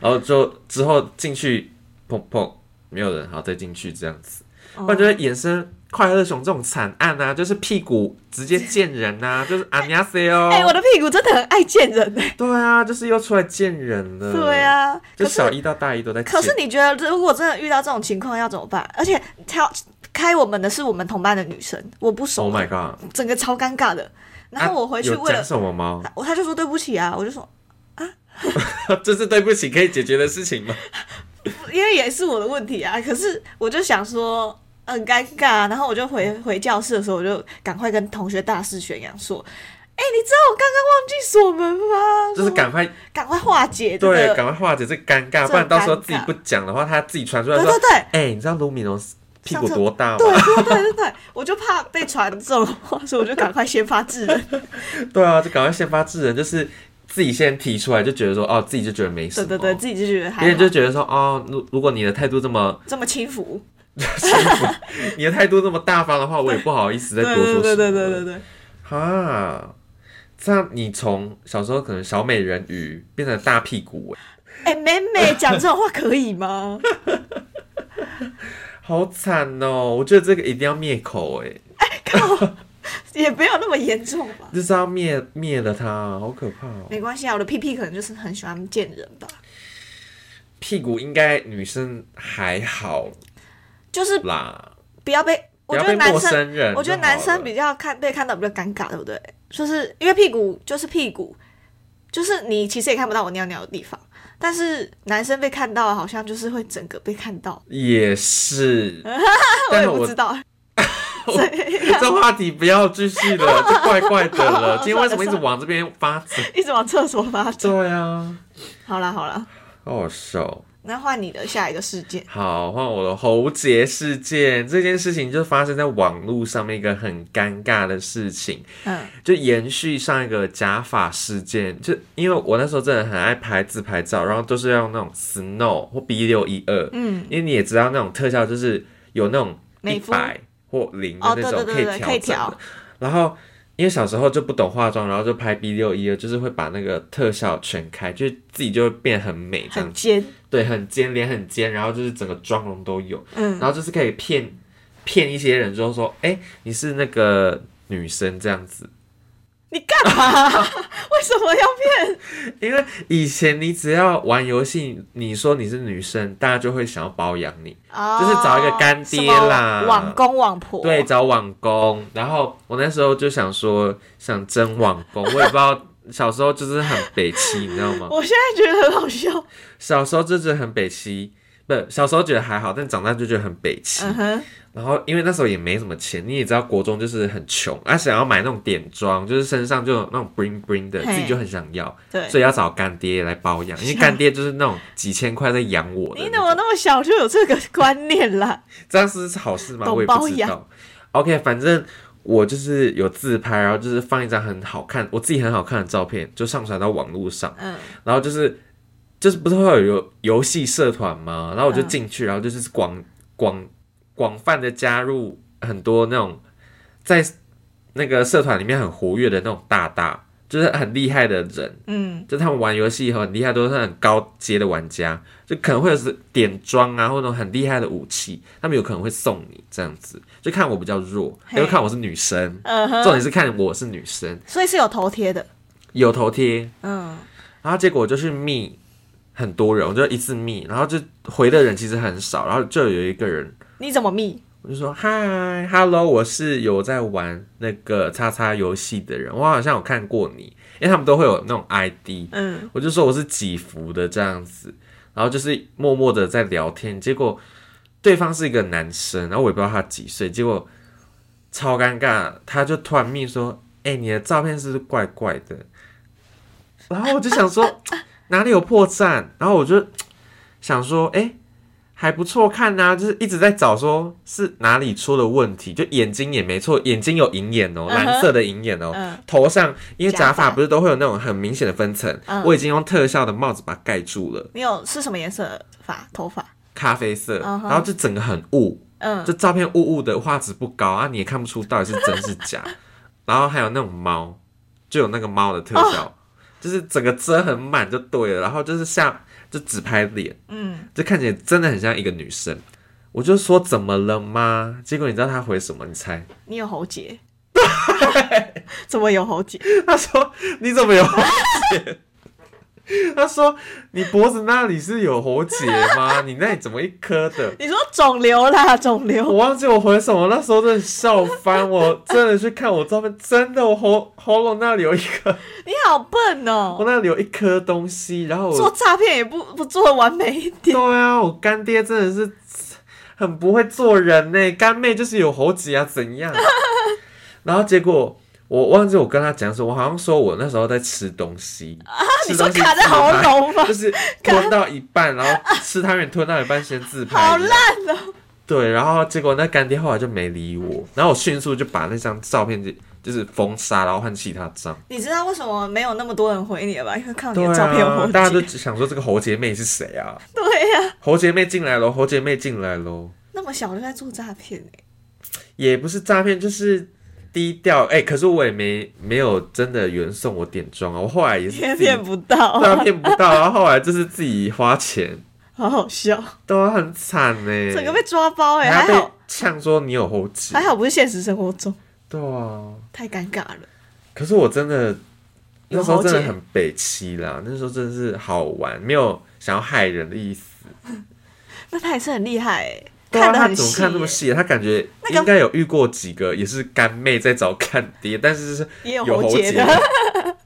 Speaker 2: 然后就之后进去碰碰，没有人，好再进去这样子，
Speaker 1: 哦
Speaker 2: 不然就会衍生快乐熊这种惨案啊，就是屁股直接见人呐、
Speaker 1: (laughs)
Speaker 2: 就是阿尼亚塞
Speaker 1: 哎、我
Speaker 2: 哦，
Speaker 1: 的屁股真的很爱见人哎、
Speaker 2: 对啊，就是又出来见人了，
Speaker 1: 对，啊，
Speaker 2: 呃就
Speaker 1: 可是
Speaker 2: 小一到大一都在见，
Speaker 1: 可是你觉得如果真的遇到这种情况要怎么办？而且他开我们的是我们同班的女生，我不熟
Speaker 2: ，Oh my god，
Speaker 1: 整个超尴尬的。然后我回去
Speaker 2: 啊有
Speaker 1: 为了
Speaker 2: 讲什么吗？
Speaker 1: 我他就说对不起啊，我就说
Speaker 2: (laughs) 这是对不起可以解决的
Speaker 1: (laughs)
Speaker 2: 事情吗？
Speaker 1: 因为也是我的问题啊，可是我就想说很尴尬，啊然后我就回回教室的时候，我就赶快跟同学大肆宣扬说，哎、你知道我刚刚忘记锁门吗？
Speaker 2: 就是赶快
Speaker 1: 赶快化解这
Speaker 2: 对，
Speaker 1: 个，
Speaker 2: 赶快化解这个尴尬，
Speaker 1: 这
Speaker 2: 不然到时候
Speaker 1: 尴尬
Speaker 2: 自己不讲的话，他自己传出来
Speaker 1: 对
Speaker 2: 说，
Speaker 1: 对对，
Speaker 2: 哎、你知道卢米农屁股多大
Speaker 1: 对
Speaker 2: 吗？
Speaker 1: 对对对对，我就怕被传这种话，所以我就赶快先发制
Speaker 2: (laughs)
Speaker 1: 人。
Speaker 2: 对啊，就赶快先发制人，就是自己先提出来，就觉得说，哦，自己就觉得没什
Speaker 1: 对
Speaker 2: 么，
Speaker 1: 对对，自己就觉得
Speaker 2: 别
Speaker 1: 还
Speaker 2: 人就
Speaker 1: 好
Speaker 2: 觉得说，哦，如如果你的态度这么， (laughs)
Speaker 1: 这么轻浮。
Speaker 2: 你的态度这么大方的话，我也不好意思再
Speaker 1: 对
Speaker 2: 多说什
Speaker 1: 对
Speaker 2: 么。
Speaker 1: (laughs) 对对对对对，
Speaker 2: 哈，这样你从小时候可能小美人鱼变成大屁股、哎，
Speaker 1: 哎、美美讲这种话可以吗？
Speaker 2: 好惨哦！我觉得这个一定要灭口、哎，
Speaker 1: (laughs) 也没有那么严重吧。
Speaker 2: 就是要灭灭了它，好可怕哦。
Speaker 1: 没关系啊，我的屁屁可能就是很喜欢见人吧，
Speaker 2: 屁股应该女生还好
Speaker 1: 就是
Speaker 2: 啦，
Speaker 1: 不要被，
Speaker 2: 不
Speaker 1: 我
Speaker 2: 要
Speaker 1: 觉得
Speaker 2: 被
Speaker 1: 男
Speaker 2: 陌
Speaker 1: 生，
Speaker 2: 生人就好了。
Speaker 1: 我觉得男生比较看被看到比较尴尬，对不对？就是因为屁股就是屁股，就是你其实也看不到我尿尿的地方，但是男生被看到好像就是会整个被看到，(laughs)
Speaker 2: 也是，
Speaker 1: 我
Speaker 2: 但
Speaker 1: 也
Speaker 2: 是
Speaker 1: 不
Speaker 2: 我
Speaker 1: 知道。
Speaker 2: (laughs) 这话题不要继续
Speaker 1: (laughs)
Speaker 2: 了，这怪怪的了。今天为什么一直往这边发展？
Speaker 1: 一直往厕所发展。
Speaker 2: 对啊，
Speaker 1: 好啦好啦，
Speaker 2: 好好笑。
Speaker 1: 那换你的下一个事件。
Speaker 2: 好，换我的喉结事件。这件事情就发生在网络上面一个很尴尬的事情，
Speaker 1: 嗯，
Speaker 2: 就延续上一个假发事件。就因为我那时候真的很爱拍自拍照，然后都是要用那种 Snow 或 B 六一二，
Speaker 1: 嗯，
Speaker 2: 因为你也知道那种特效就是有那种一
Speaker 1: 美肤
Speaker 2: 百或零的
Speaker 1: 哦对
Speaker 2: 那
Speaker 1: 对
Speaker 2: 种可
Speaker 1: 对
Speaker 2: 以
Speaker 1: 对
Speaker 2: 调
Speaker 1: 可以
Speaker 2: 整
Speaker 1: 调
Speaker 2: 的。然后因为小时候就不懂化妆，然后就拍 B 六一二，就是会把那个特效全开，就是自己就会变很美这样
Speaker 1: 很
Speaker 2: 子。
Speaker 1: 尖。
Speaker 2: 对，很尖，脸很尖，然后就是整个妆容都有，
Speaker 1: 嗯
Speaker 2: 然后就是可以骗骗一些人，就说哎、你是那个女生这样子。
Speaker 1: 你干嘛？ (laughs) 为什么要骗？
Speaker 2: 因为以前你只要玩游戏，你说你是女生，大家就会想要包养你。
Speaker 1: 哦
Speaker 2: 就是找一个干爹啦
Speaker 1: 什么网公网婆。
Speaker 2: 对，，找网工。然后我那时候就想说，想争网工，我也不知道，小时候就是很北七，你知道
Speaker 1: (laughs)
Speaker 2: 吗？
Speaker 1: 我现在觉得很好笑。
Speaker 2: 小时候就是很北七，不，小时候觉得还好，但长大就觉得很北七。
Speaker 1: 嗯哼，
Speaker 2: 然后因为那时候也没什么钱，你也知道国中就是很穷，啊，想要买那种点妆，就是身上就有那种 bling bling 的，
Speaker 1: 嘿
Speaker 2: 自己就很想要，
Speaker 1: 对。
Speaker 2: 所以要找干爹来包养，因为干爹就是那种几千块在养我的
Speaker 1: 你
Speaker 2: 那
Speaker 1: 怎
Speaker 2: 种。
Speaker 1: 么那么小就有这个观念啦？
Speaker 2: 这样是好事吗？
Speaker 1: 懂
Speaker 2: 我也
Speaker 1: 包
Speaker 2: 不知
Speaker 1: 养
Speaker 2: 道。OK，反正我就是有自拍，然后就是放一张很好看，我自己很好看的照片，就上传到网络上，
Speaker 1: 嗯，
Speaker 2: 然后就是就是不是会有游游戏社团吗？然后我就
Speaker 1: 嗯
Speaker 2: 进去，然后就是广广广泛的加入很多那种在那个社团里面很活跃的那种大大，就是很厉害的人，
Speaker 1: 嗯，
Speaker 2: 就他们玩游戏以后很厉害，都是很高阶的玩家，就可能会有是点装啊，或者那种很厉害的武器，他们有可能会送你这样子。就看我比较弱，
Speaker 1: 嘿
Speaker 2: 又看我是女生，
Speaker 1: 嗯哼，
Speaker 2: 重点是看我是女生，
Speaker 1: 所以是有头贴的。
Speaker 2: 有头贴，
Speaker 1: 嗯，
Speaker 2: 然后结果就是密很多人，我就一次密，然后就回的人其实很少，然后就有一个人。
Speaker 1: 你怎么密？
Speaker 2: 我就说嗨，hello，我是有在玩那个叉叉游戏的人，我好像有看过你，因为他们都会有那种 ID，
Speaker 1: 嗯，
Speaker 2: 我就说我是几伏的这样子，然后就是默默的在聊天，结果对方是一个男生，然后我也不知道他几岁，结果超尴尬，他就突然命说：“哎、你的照片是不是怪怪的？” (laughs) 然后我就想说哪里有破绽，然后我就想说：“哎、还不错看呐、就是一直在找说是哪里出了问题，就眼睛也没错，眼睛有银眼哦，
Speaker 1: 嗯哼
Speaker 2: 蓝色的银眼哦，
Speaker 1: 嗯
Speaker 2: 头上因为
Speaker 1: 假
Speaker 2: 假
Speaker 1: 发
Speaker 2: 发不是都会有那种很明显的分层，
Speaker 1: 嗯
Speaker 2: 我已经用特效的帽子把它盖住了，
Speaker 1: 你有是什么颜色的发头发？
Speaker 2: 咖啡色，
Speaker 1: 嗯哼
Speaker 2: 然后就整个很雾，
Speaker 1: 嗯，
Speaker 2: 就照片雾雾的，画质不高啊，你也看不出到底是真是
Speaker 1: (laughs)
Speaker 2: 假。然后还有那种猫，就有那个猫的特效，
Speaker 1: 哦
Speaker 2: 就是整个遮很满就对了，然后就是像就只拍脸，
Speaker 1: 嗯，
Speaker 2: 就看起来真的很像一个女生。我就说怎么了吗？结果你知道他回什么？你猜？
Speaker 1: 你有喉结？ (laughs) 怎么有喉结？
Speaker 2: (laughs) 他说你怎么有喉结？他说你脖子那里是有喉结吗？ (laughs) 你那里怎么一颗的？
Speaker 1: 你说肿瘤啦，肿瘤。
Speaker 2: 我忘记我回什么，那时候真的笑翻，我真的去看我照片，真的我喉喉咙那里有一颗， (laughs)
Speaker 1: 你好笨
Speaker 2: 我
Speaker 1: 哦，
Speaker 2: 那里有一颗东西，然后
Speaker 1: 做
Speaker 2: 我，
Speaker 1: 诈骗也不不做的完美一
Speaker 2: 对
Speaker 1: 点。
Speaker 2: 啊，我干爹真的是很不会做人呢，干妹就是有喉结啊，怎样？然后结果我忘记我跟他讲什么，我好像说我那时候在吃东西，
Speaker 1: 啊你
Speaker 2: 吃
Speaker 1: 说
Speaker 2: 东西
Speaker 1: 卡在
Speaker 2: 自
Speaker 1: 喉
Speaker 2: 拍
Speaker 1: 咙吗？
Speaker 2: (laughs) 就是吞到一半，然后吃汤圆吞到一半先自拍，
Speaker 1: 好烂哦！
Speaker 2: 对，然后结果那干爹后来就没理我，然后我迅速就把那张照片就就是封杀，然后换其他张。
Speaker 1: 你知道为什么没有那么多人回你了吧？因为看到
Speaker 2: 对
Speaker 1: 你的哦照片有
Speaker 2: 啊
Speaker 1: 喉，
Speaker 2: 大家都
Speaker 1: 结。
Speaker 2: 只想说这个侯姐妹是谁啊？
Speaker 1: 对呀、
Speaker 2: 侯姐妹进来喽，侯姐妹进来喽，
Speaker 1: 那么小就在做诈骗哎。
Speaker 2: 也不是诈骗，就是低调。哎、可是我也没没有真的有人送我点妆啊，我后来也是
Speaker 1: 也
Speaker 2: 自己
Speaker 1: 骗不到，
Speaker 2: 对啊骗不到，然后后来就是自己花钱，
Speaker 1: 好好笑，
Speaker 2: 对啊，很惨呢、
Speaker 1: 整个被抓包哎、
Speaker 2: 还要
Speaker 1: 还
Speaker 2: 被
Speaker 1: 好
Speaker 2: 呛说你有喉结，
Speaker 1: 还好不是现实生活中，
Speaker 2: 对啊。
Speaker 1: 太尴尬了。
Speaker 2: 可是我真的
Speaker 1: 有
Speaker 2: 那时候真的
Speaker 1: 喉结
Speaker 2: 很北七啦，那时候真的是好玩，没有想要害人的意思。
Speaker 1: 那他也是很厉害哎、
Speaker 2: 对啊，
Speaker 1: 得
Speaker 2: 他
Speaker 1: 很
Speaker 2: 怎么
Speaker 1: 细、
Speaker 2: 看那
Speaker 1: 欸，
Speaker 2: 么细啊？他感觉
Speaker 1: 那个
Speaker 2: 应该有遇过几个也是干妹在找干爹，但是是
Speaker 1: 也有
Speaker 2: 有
Speaker 1: 喉
Speaker 2: 喉
Speaker 1: 结
Speaker 2: 结
Speaker 1: 的，
Speaker 2: 的。 (laughs)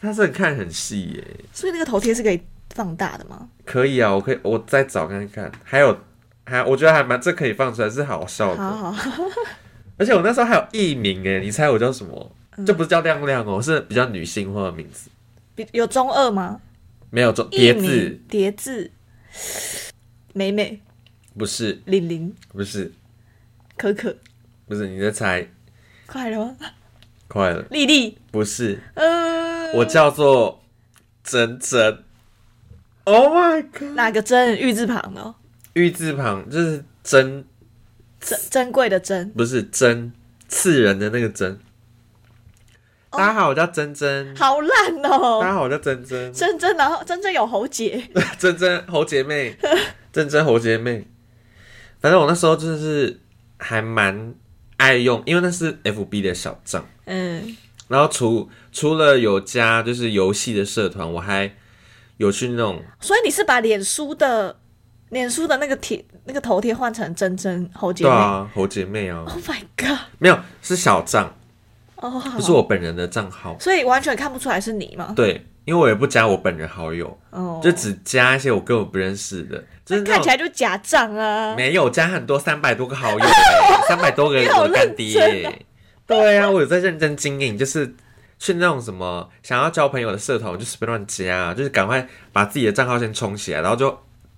Speaker 2: 他是很看很细耶、
Speaker 1: (laughs) 所以那个头贴是可以放大的吗？
Speaker 2: 可以啊，我可以我再找看看。还有还我觉得还蛮这可以放出来是好笑的，
Speaker 1: 好好，
Speaker 2: 而且我那时候还有艺名哎、你猜我叫什么？
Speaker 1: 嗯
Speaker 2: 这不是叫亮亮哦，是比较女性化的名字，
Speaker 1: 比有中二吗？
Speaker 2: 没有中叠
Speaker 1: 艺
Speaker 2: 字
Speaker 1: 名，叠字，美美、
Speaker 2: 不是
Speaker 1: 玲玲、
Speaker 2: 不是。
Speaker 1: 可可，
Speaker 2: 不是你在猜，
Speaker 1: 快了吗？
Speaker 2: 快了，
Speaker 1: 丽丽，
Speaker 2: 不是，
Speaker 1: 呃，
Speaker 2: 我叫做珍珍。Oh my god！
Speaker 1: 哪个珍？玉字旁的哦、
Speaker 2: 玉字旁就是珍，
Speaker 1: 珍珍贵的珍。
Speaker 2: 不是珍，刺人的那个珍。
Speaker 1: 哦
Speaker 2: 大家好，我叫珍珍。
Speaker 1: 好烂哦、
Speaker 2: 大家好，我叫珍珍。 (laughs)
Speaker 1: 珍珍，然后珍珍有喉结，
Speaker 2: 珍珍侯姐妹，珍珍侯姐妹。反正我那时候真的是还蛮爱用，因为那是 FB 的小账。
Speaker 1: 嗯，
Speaker 2: 然后除除了有加就是游戏的社团，我还有去那种
Speaker 1: 所以你是把脸书的脸书的那个贴那个头贴换成珍珍喉结
Speaker 2: 对
Speaker 1: 妹、
Speaker 2: 啊，侯姐妹啊，
Speaker 1: o h my god！
Speaker 2: 没有是小账，
Speaker 1: 哦、好
Speaker 2: 不是我本人的账号。
Speaker 1: 所以完全看不出来是你吗？
Speaker 2: 对，因为我也不加我本人好友，
Speaker 1: 哦，
Speaker 2: 就只加一些我根本不认识的，就是那
Speaker 1: 看起
Speaker 2: 种
Speaker 1: 来就假账啊。
Speaker 2: 没有加很多三百多个好
Speaker 1: (laughs)
Speaker 2: 友，三百多个
Speaker 1: 你好
Speaker 2: 我的干爹
Speaker 1: 认真啊
Speaker 2: 耶。对啊，我有在认真经营，就是去那种什么想要交朋友的社团，我就随便乱加，啊就是赶快把自己的账号先充起来，然后就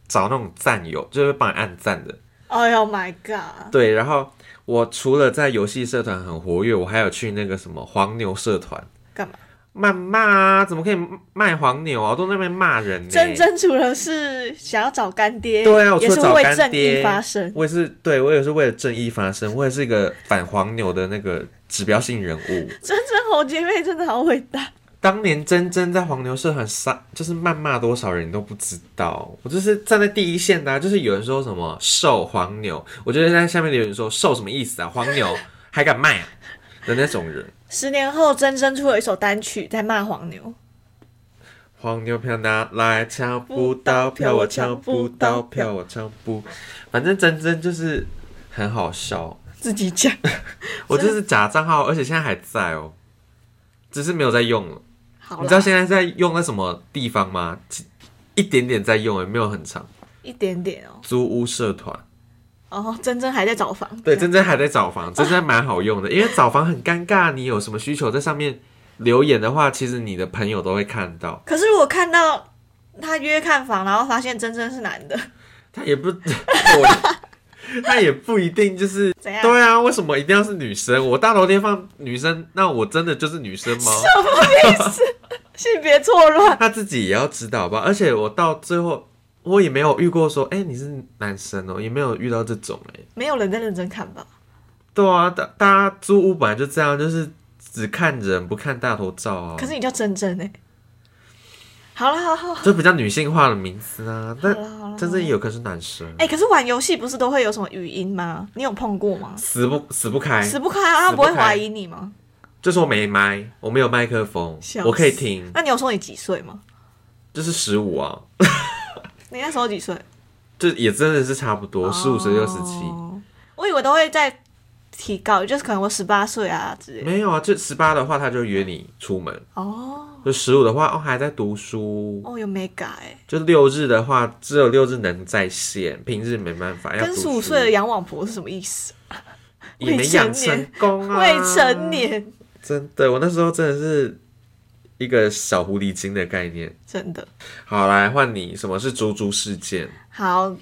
Speaker 2: 找那种赞友，就是会帮你按赞的。
Speaker 1: 哎呦 my god！
Speaker 2: 对，然后我除了在游戏社团很活跃，我还有去那个什么黄牛社团。
Speaker 1: 干嘛？
Speaker 2: 谩骂啊！怎么可以卖黄牛啊？我都在那边骂人呢、
Speaker 1: 珍珍除了是想要找干爹，
Speaker 2: 对啊，我
Speaker 1: 也
Speaker 2: 除了
Speaker 1: 是
Speaker 2: 找
Speaker 1: 为
Speaker 2: 干
Speaker 1: 正义
Speaker 2: 爹
Speaker 1: 发声。
Speaker 2: 我也是对我也是为了正义发声，我也是一个反黄牛的那个指标性人物。
Speaker 1: 珍珍喉结妹真的好伟大，
Speaker 2: 当年真真在黄牛社团杀，就是谩骂多少人你都不知道。我就是站在第一线的、啊，就是有人说什么售黄牛，我就在下面留言说售什么意思啊？黄牛还敢卖啊的那种人。
Speaker 1: 十年后珍珍出了一首单曲在骂黄牛， (laughs)
Speaker 2: 黄牛票拿来抢不到票，我抢不到票，我抢不。反正真真就是很好笑，
Speaker 1: 自己讲。
Speaker 2: 我就是假账号，而且现在还在哦，只是没有在用了。
Speaker 1: 好
Speaker 2: 你知道
Speaker 1: 啦，
Speaker 2: 现在在用在什么地方吗？其一点点在用，也没有很长。
Speaker 1: 一点点哦。
Speaker 2: 租屋社团，
Speaker 1: 哦，珍珍还在找房。
Speaker 2: 对，
Speaker 1: 这样
Speaker 2: 真真还在找房，真真蛮好用的，因为找房很尴尬，你有什么需求在上面留言的话，其实你的朋友都会看到。 (laughs)
Speaker 1: 可是如果看到他约看房，然后发现珍珍是男的，
Speaker 2: 他也不，我他也不一定就是
Speaker 1: 怎样
Speaker 2: 对啊，为什么一定要是女生？我大头贴放女生，那我真的就是女生吗？
Speaker 1: 性别错乱，
Speaker 2: 他自己也要知道吧。而且我到最后，我也没有遇过说，哎、你是男生哦、也没有遇到这种哎、
Speaker 1: 没有人在认真看吧？
Speaker 2: 对啊，大大家租屋本来就这样，就是只看人不看大头照啊。
Speaker 1: 可是你叫珍珍哎，好了，好好好，
Speaker 2: 就比较女性化的名字啊，但
Speaker 1: 好啦好啦
Speaker 2: 真正也有可能是男生，
Speaker 1: 哦
Speaker 2: 啊
Speaker 1: 哎、可是玩游戏不是都会有什么语音吗？你有碰过吗？
Speaker 2: 死不死不开，
Speaker 1: 死不开啊，他
Speaker 2: 哎死
Speaker 1: 不
Speaker 2: 不开
Speaker 1: 会怀疑你吗？
Speaker 2: 就是我没麦，我没有麦克风
Speaker 1: 笑，死
Speaker 2: 我可以听，
Speaker 1: 那你有说你几岁吗？
Speaker 2: 就是十五啊，
Speaker 1: 你那时候几岁？
Speaker 2: 就也真的是差不多，十五岁六十七，
Speaker 1: 哦我以为都会再提高，就是可能我十八岁啊之类的。
Speaker 2: 没有啊，就十八的话他就约你出门，
Speaker 1: 哦，
Speaker 2: 就十五的话哦还在读书，
Speaker 1: 哦，有没改？
Speaker 2: 就六日的话只有六日能在线，平日没办法要
Speaker 1: 跟
Speaker 2: 哎读
Speaker 1: 十
Speaker 2: 书
Speaker 1: 五岁的养网婆是什么意思？
Speaker 2: 也没养成功啊，
Speaker 1: 未成，年，
Speaker 2: 真的，我那时候真的是一个小狐狸精的概念。
Speaker 1: 真的。
Speaker 2: 好，来换你，什么是猪猪事件？
Speaker 1: 好，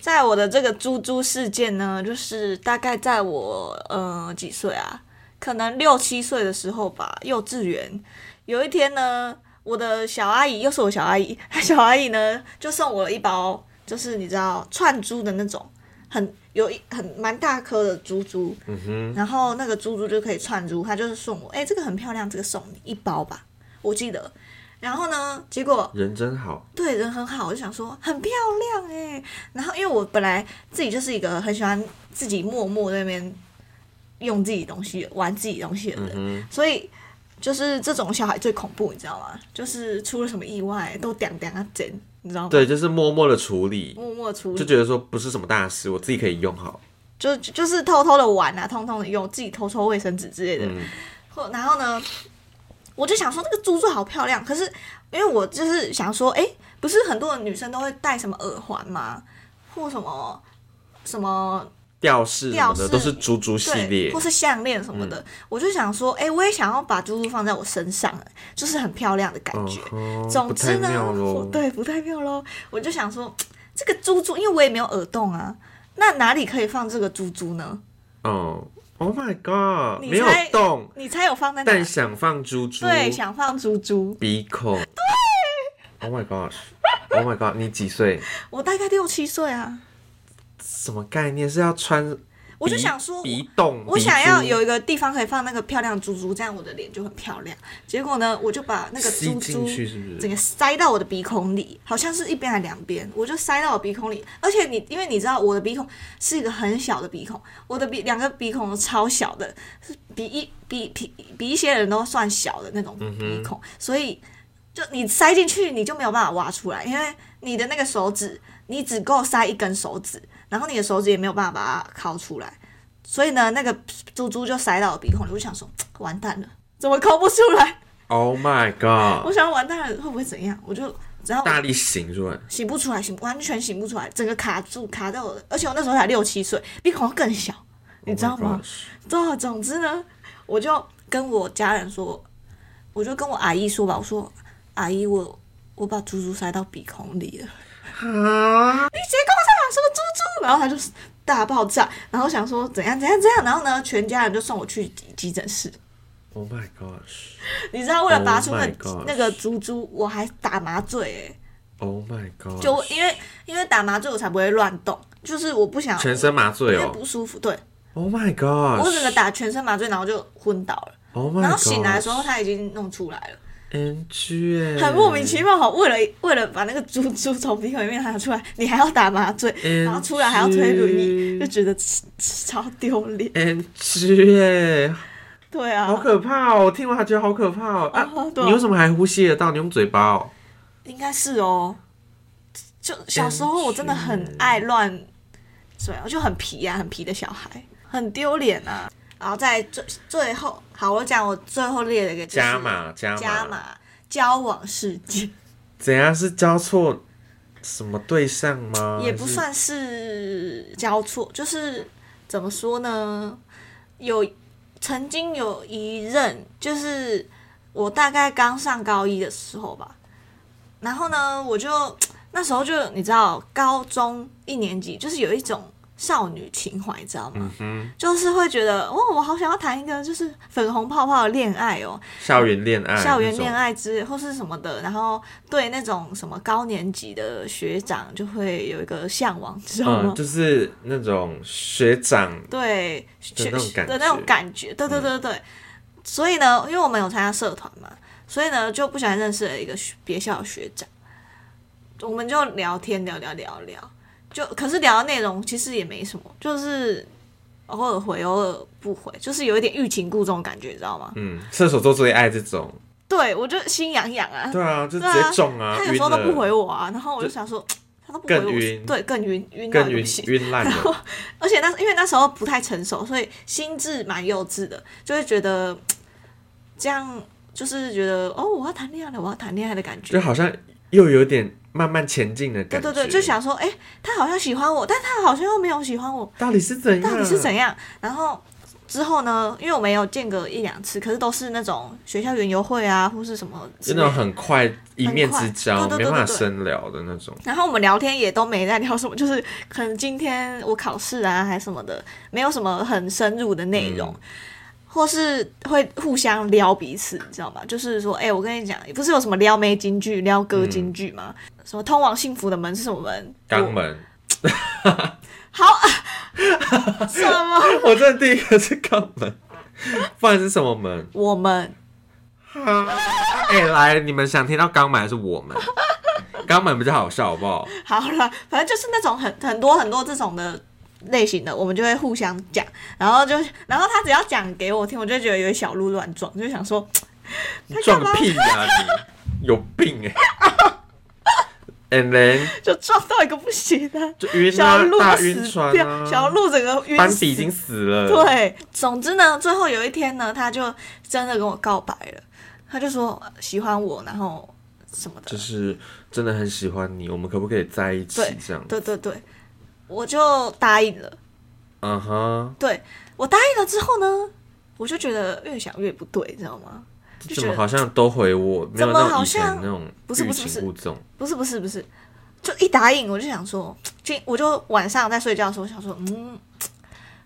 Speaker 1: 在我的这个猪猪事件呢，就是大概在我呃几岁啊，可能六七岁的时候吧，幼稚园。有一天呢，我的小阿姨又是我小阿姨，小阿姨呢就送我了一包，就是你知道串珠的那种，很有一很蛮大颗的珠珠，
Speaker 2: 嗯哼，
Speaker 1: 然后那个珠珠就可以串珠，她就是送我，哎、这个很漂亮，这个送你一包吧，我记得。然后呢，结果
Speaker 2: 人真好，
Speaker 1: 对人很好，我就想说很漂亮哎、然后因为我本来自己就是一个很喜欢自己默默在那边用自己东西玩自己东西的人，
Speaker 2: 嗯
Speaker 1: 所以就是这种小孩最恐怖，你知道吗？就是出了什么意外都点点啊整，你知道
Speaker 2: 哼，
Speaker 1: 吗？
Speaker 2: 对，就是默默的处理，
Speaker 1: 默默处
Speaker 2: 就
Speaker 1: 理，
Speaker 2: 觉得说不是什么大事，我自己可以用好。
Speaker 1: 就就就是偷偷的玩啊，通通的用，自己偷抽卫生纸之类的。
Speaker 2: 嗯，
Speaker 1: 或然后呢，我就想说那个珠珠好漂亮，可是因为我就是想说，哎，不是很多女生都会戴什么耳环吗？或什么什么
Speaker 2: 吊饰什么
Speaker 1: 吊饰
Speaker 2: 的都是猪猪系
Speaker 1: 对，
Speaker 2: 列嗯
Speaker 1: 或，是项链什么的，我就想说，哎，我也想要把珠珠放在我身上，就是很漂亮的感觉。
Speaker 2: 嗯哼
Speaker 1: 总
Speaker 2: 哦不
Speaker 1: 之
Speaker 2: 太
Speaker 1: 呢
Speaker 2: 妙，
Speaker 1: 我
Speaker 2: 咯。
Speaker 1: 对不太妙喽。我就想说，这个珠珠，因为我也没有耳洞啊，那哪里可以放这个珠珠呢？
Speaker 2: 哦，Oh my god，
Speaker 1: 你
Speaker 2: 没有
Speaker 1: 猜
Speaker 2: 动，
Speaker 1: 你猜有放在哪
Speaker 2: 但？想放猪猪，
Speaker 1: 对，想放珠珠。
Speaker 2: 鼻孔，对，Oh my god，Oh my god，你几岁？
Speaker 1: 我大概六七岁啊，
Speaker 2: 什么概念？是要穿？
Speaker 1: 我就想说
Speaker 2: 鼻洞，
Speaker 1: 我想要有
Speaker 2: 鼻
Speaker 1: 一个地方可以放那个漂亮珠珠，这样我的脸就很漂亮。结果呢，我就把那
Speaker 2: 珠
Speaker 1: 个
Speaker 2: 吸
Speaker 1: 珠
Speaker 2: 进
Speaker 1: 珠
Speaker 2: 去，是不
Speaker 1: 整
Speaker 2: 是？
Speaker 1: 个塞到我的鼻孔里，好像是一边还两边，我就塞到我鼻孔里。而且你，因为你知道我的鼻孔是一个很小的鼻孔，我的鼻两个鼻孔都超小的，是比 (laughs) 一比比比一些人都算小的那种鼻孔，所以就你塞进去，你就没有办法挖出来，因为你的那个手指，你只够塞一根手指，然后你的手指也没有办法把它抠出来，所以呢，那个珠珠就塞到我鼻孔里，我就想说，完蛋了，怎么抠不出来？
Speaker 2: Oh my
Speaker 1: 我
Speaker 2: god！
Speaker 1: 想完蛋了，会不会怎样？我就只要
Speaker 2: 大力行出来，
Speaker 1: 醒不出来，醒完全醒不出来，整个卡住卡在我的，而且我那时候才六七岁，鼻孔更小，你知道
Speaker 2: Oh my
Speaker 1: 吗？
Speaker 2: gosh？
Speaker 1: 对，啊总之呢，我就跟我家人说，我就跟我阿姨说吧，我说阿姨我。我把猪猪塞到鼻孔里了，(laughs)
Speaker 2: 啊！
Speaker 1: 你谁跟我讲什么猪猪？然后他就大爆炸，然后想说怎样怎样怎样，然后呢，全家人就送我去急急诊室。
Speaker 2: Oh my gosh!
Speaker 1: 你知道为了拔出那
Speaker 2: Oh my gosh
Speaker 1: 那个猪猪，我还打麻醉、欸，
Speaker 2: Oh my god!
Speaker 1: 就因为因为打麻醉我才不会乱动，就是我不想
Speaker 2: 全身麻醉
Speaker 1: 因为
Speaker 2: 哦
Speaker 1: 不舒服，对
Speaker 2: Oh my
Speaker 1: 我整个
Speaker 2: gosh!
Speaker 1: 打全身麻醉，然后就昏倒了，
Speaker 2: Oh my god!
Speaker 1: 然后醒来的时候他已经弄出来了，
Speaker 2: NG 哎、
Speaker 1: 很莫名其妙好，为了为了把那个猪猪从鼻孔里面拿出来，你还要打麻
Speaker 2: (laughs)
Speaker 1: 醉，
Speaker 2: 嗯
Speaker 1: 然后出来还要推轮椅，
Speaker 2: 是
Speaker 1: 就觉得超超丢脸，
Speaker 2: NG 哎、
Speaker 1: 对啊
Speaker 2: 好，可怕哦！我听完还觉得好可怕哦。啊
Speaker 1: 哦对啊
Speaker 2: 你为什么还呼吸得到？你用嘴巴哦。
Speaker 1: 应该是哦，就小时候我真的很爱乱，对啊，我就很皮啊，很皮的小孩，很丢脸啊。然后在最最后，好，我讲我最后列了一个、就是、
Speaker 2: 加码加码
Speaker 1: 加码交往事件，
Speaker 2: 怎样是交错什么对象吗？
Speaker 1: 也不
Speaker 2: 还是
Speaker 1: 算是交错，就是怎么说呢？有曾经有一任，就是我大概刚上高一的时候吧，然后呢，我就那时候就你知道，高中一年级就是有一种少女情怀，你知道吗？
Speaker 2: 嗯，
Speaker 1: 就是会觉得，哦，我好想要谈一个就是粉红泡泡的恋爱哦，
Speaker 2: 校园恋爱，
Speaker 1: 校园恋，爱之或是什么的，然后对那种什么高年级的学长就会有一个向往，知道吗
Speaker 2: 嗯，？就是那种学长，
Speaker 1: 对，学
Speaker 2: 那种感
Speaker 1: 的那种
Speaker 2: 觉嗯
Speaker 1: 感觉，对对对对。所以呢，因为我们有参加社团嘛，所以呢就不小心认识了一个学别校的学长，我们就聊天聊聊聊聊，就可是聊的内容其实也没什么，就是偶尔回偶尔不回，就是有一点欲擒故纵的感觉，你知道吗？
Speaker 2: 嗯，射手座最爱这种，
Speaker 1: 对我就心痒痒啊，
Speaker 2: 对啊，就直
Speaker 1: 对啊
Speaker 2: 接中啊，
Speaker 1: 他有
Speaker 2: 晕
Speaker 1: 时候都
Speaker 2: 了
Speaker 1: 不回我啊，然后我就想说。他都不回
Speaker 2: 更
Speaker 1: 我，
Speaker 2: 晕
Speaker 1: 对，更晕，晕到
Speaker 2: 更
Speaker 1: 一个
Speaker 2: 晕
Speaker 1: 不行。
Speaker 2: 晕烂
Speaker 1: (laughs)
Speaker 2: 了，
Speaker 1: 而且那因为那时候不太成熟，所以心智蛮幼稚的，就会觉得嘖这样就是觉得哦，我要谈恋爱了，我要谈恋爱的感觉
Speaker 2: 就。好像又有点慢慢前进的
Speaker 1: 对
Speaker 2: 感觉，
Speaker 1: 对对，就想说，哎、他好像喜欢我，但他好像又没有喜欢我，
Speaker 2: 到底是怎样，
Speaker 1: 到底是怎样？然后之后呢，因为我们有见个一两次，可是都是那种学校园游会啊，或是什么之
Speaker 2: 就
Speaker 1: 类
Speaker 2: 那种
Speaker 1: 的。
Speaker 2: 很快一面之交，
Speaker 1: 很快对对对
Speaker 2: 没
Speaker 1: 对
Speaker 2: 办法
Speaker 1: 对
Speaker 2: 深聊的那种。
Speaker 1: 然后我们聊天也都没在聊什么， (laughs) 就是可能今天我考试啊，还什么的，没有什么很深入的内容，或是会互相撩彼此，你知道吗？就是说，哎、我跟你讲，不是有什么撩妹金句、撩哥金句吗？什么通往幸福的门是什么门？
Speaker 2: 肛门，
Speaker 1: 我什么？ (laughs)
Speaker 2: (laughs) 我真的第一个是肛门，不然是什么门？
Speaker 1: 我们
Speaker 2: 哈哎、来，你们想听到肛门还是我们？肛门比较好笑，好不好？
Speaker 1: 好了，反正就是那种很很多很多这种的。类型的我们就会互相讲，然后就，然后他只要讲给我听，我就觉得有一小鹿乱撞，就想说，
Speaker 2: 你撞个屁呀、你有病哎、And then
Speaker 1: 就撞到一个不行的、
Speaker 2: 就晕
Speaker 1: 小
Speaker 2: 啊，
Speaker 1: 鹿
Speaker 2: 大
Speaker 1: 死
Speaker 2: 晕船
Speaker 1: 掉，
Speaker 2: 啊，
Speaker 1: 小鹿整个晕
Speaker 2: 斑
Speaker 1: 死
Speaker 2: 比已经死了，，
Speaker 1: 对。总之呢，最后有一天呢，他就真的跟我告白了，他就说喜欢我，然后什么的
Speaker 2: 就，是真的很喜欢你，我们可不可以在一起
Speaker 1: 对
Speaker 2: 这样？
Speaker 1: 对对对，我就答应了。
Speaker 2: 嗯哼，
Speaker 1: 对我答应了之后呢，我就觉得越想越不对，知道吗？就
Speaker 2: 怎
Speaker 1: 觉
Speaker 2: 么
Speaker 1: 得
Speaker 2: 好像都回我，没
Speaker 1: 怎
Speaker 2: 有
Speaker 1: 么
Speaker 2: 那种
Speaker 1: 好
Speaker 2: 以前
Speaker 1: 像
Speaker 2: 那种
Speaker 1: 不是
Speaker 2: 欲
Speaker 1: 不是不
Speaker 2: 擒
Speaker 1: 是
Speaker 2: 故纵。
Speaker 1: 不是不是不是，就一答应我就想说，就我就晚上在睡觉的时候想说，嗯。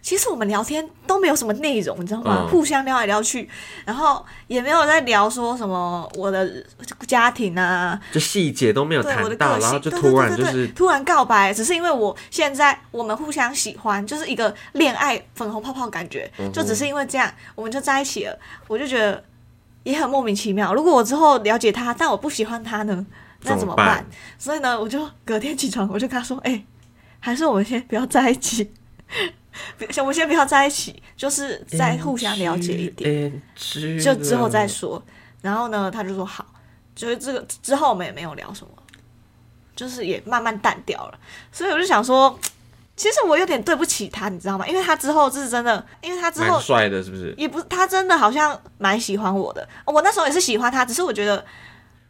Speaker 1: 其实我们聊天都没有什么内容，你知道吗？
Speaker 2: 嗯
Speaker 1: 互相聊来聊去，然后也没有在聊说什么我的家庭啊，
Speaker 2: 就细节都没有
Speaker 1: 对我的
Speaker 2: 谈到，
Speaker 1: 个
Speaker 2: 然后
Speaker 1: 性，
Speaker 2: 就
Speaker 1: 对
Speaker 2: 突然就
Speaker 1: 对对对
Speaker 2: 是
Speaker 1: 对突然告白，只是因为我现在我们互相喜欢，就是一个恋爱粉红泡泡感觉，
Speaker 2: 嗯哼
Speaker 1: 就只是因为这样我们就在一起了，我就觉得也很莫名其妙。如果我之后了解他，但我不喜欢他呢，那
Speaker 2: 怎
Speaker 1: 么
Speaker 2: 么
Speaker 1: 办
Speaker 2: 办？
Speaker 1: 所以呢，我就隔天起床，我就跟他说：“哎、还是我们先不要在一起， (laughs) 我们先不要在一起，就是再互相了解一点，
Speaker 2: 点，NG
Speaker 1: 就之后再
Speaker 2: 了。
Speaker 1: 说。”然后呢，他就说好，就是这个之后我们也没有聊什么，就是也慢慢淡掉了。所以我就想说，其实我有点对不起他，你知道吗？因为他之后是真的，因为他之后嗯
Speaker 2: 蛮帅的，是不是？
Speaker 1: 也不，他真的好像蛮喜欢我的。我那时候也是喜欢他，只是我觉得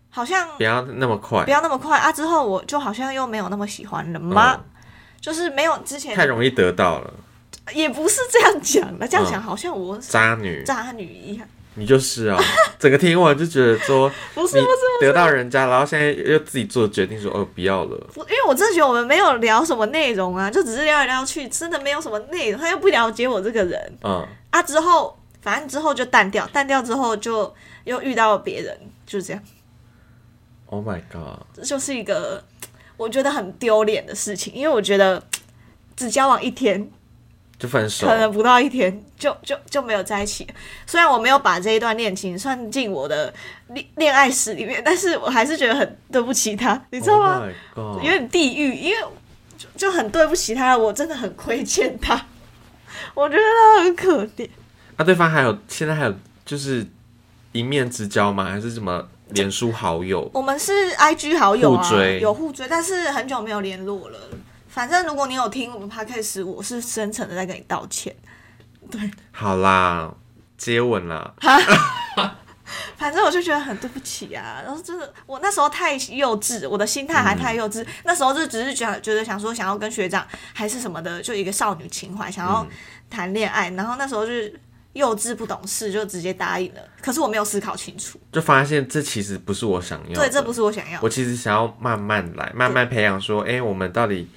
Speaker 1: 好像
Speaker 2: 不要那么快
Speaker 1: 不，要那么快啊！之后我就好像又没有那么喜欢了吗？就是没有之前
Speaker 2: 嗯太容易得到了，
Speaker 1: 也不是这样讲的，这样
Speaker 2: 嗯
Speaker 1: 讲好像我是
Speaker 2: 渣女，
Speaker 1: 渣女一样，
Speaker 2: 你就是
Speaker 1: (laughs)
Speaker 2: 啊。整个听完就觉得说，
Speaker 1: 不是
Speaker 2: 你
Speaker 1: 不是
Speaker 2: 得到人家，然后现在又自己做决定说，哦，不要了。
Speaker 1: 不，因为我真的觉得我们没有聊什么内容啊，就只是聊来聊去，真的没有什么内容，他又不了解我这个人
Speaker 2: 嗯，
Speaker 1: 啊。之后反正之后就淡掉，淡掉之后就又遇到别人，就是这样，
Speaker 2: Oh my god！
Speaker 1: 这就是一个我觉得很丢脸的事情，因为我觉得只交往一天，
Speaker 2: 就分手
Speaker 1: 可，能不到一天就就就没有在一起。虽然我没有把这一段恋情算进我的恋恋爱史里面，但是我还是觉得很对不起他，你知道吗？
Speaker 2: ？Oh my
Speaker 1: 有
Speaker 2: god！
Speaker 1: 点地狱，因为就就很对不起他，我真的很亏欠他， (laughs) 我觉得他很可怜。
Speaker 2: 那对方还有现在还有就是一面之交吗？还是什么脸书好友？
Speaker 1: 我们是 IG 好友啊，
Speaker 2: 互追
Speaker 1: 有互追，但是很久没有联络了。反正如果你有听我们 podcast，我是深层的在跟你道歉。
Speaker 2: 好啦，接吻啦。
Speaker 1: 反正我就觉得很对不起啊，然后真的，我那时候太幼稚，我的心态还太幼稚。那时候就只是想觉得想说想要跟学长还是什么的，就一个少女情怀，想要谈恋爱。然后那时候就是幼稚不懂事，就直接答应了。可是我没有思考清楚，
Speaker 2: 就发现这其实不是我想要的。
Speaker 1: 对，这不是我想要的。
Speaker 2: 我其实想要慢慢来，慢慢培养，说，哎、我们到底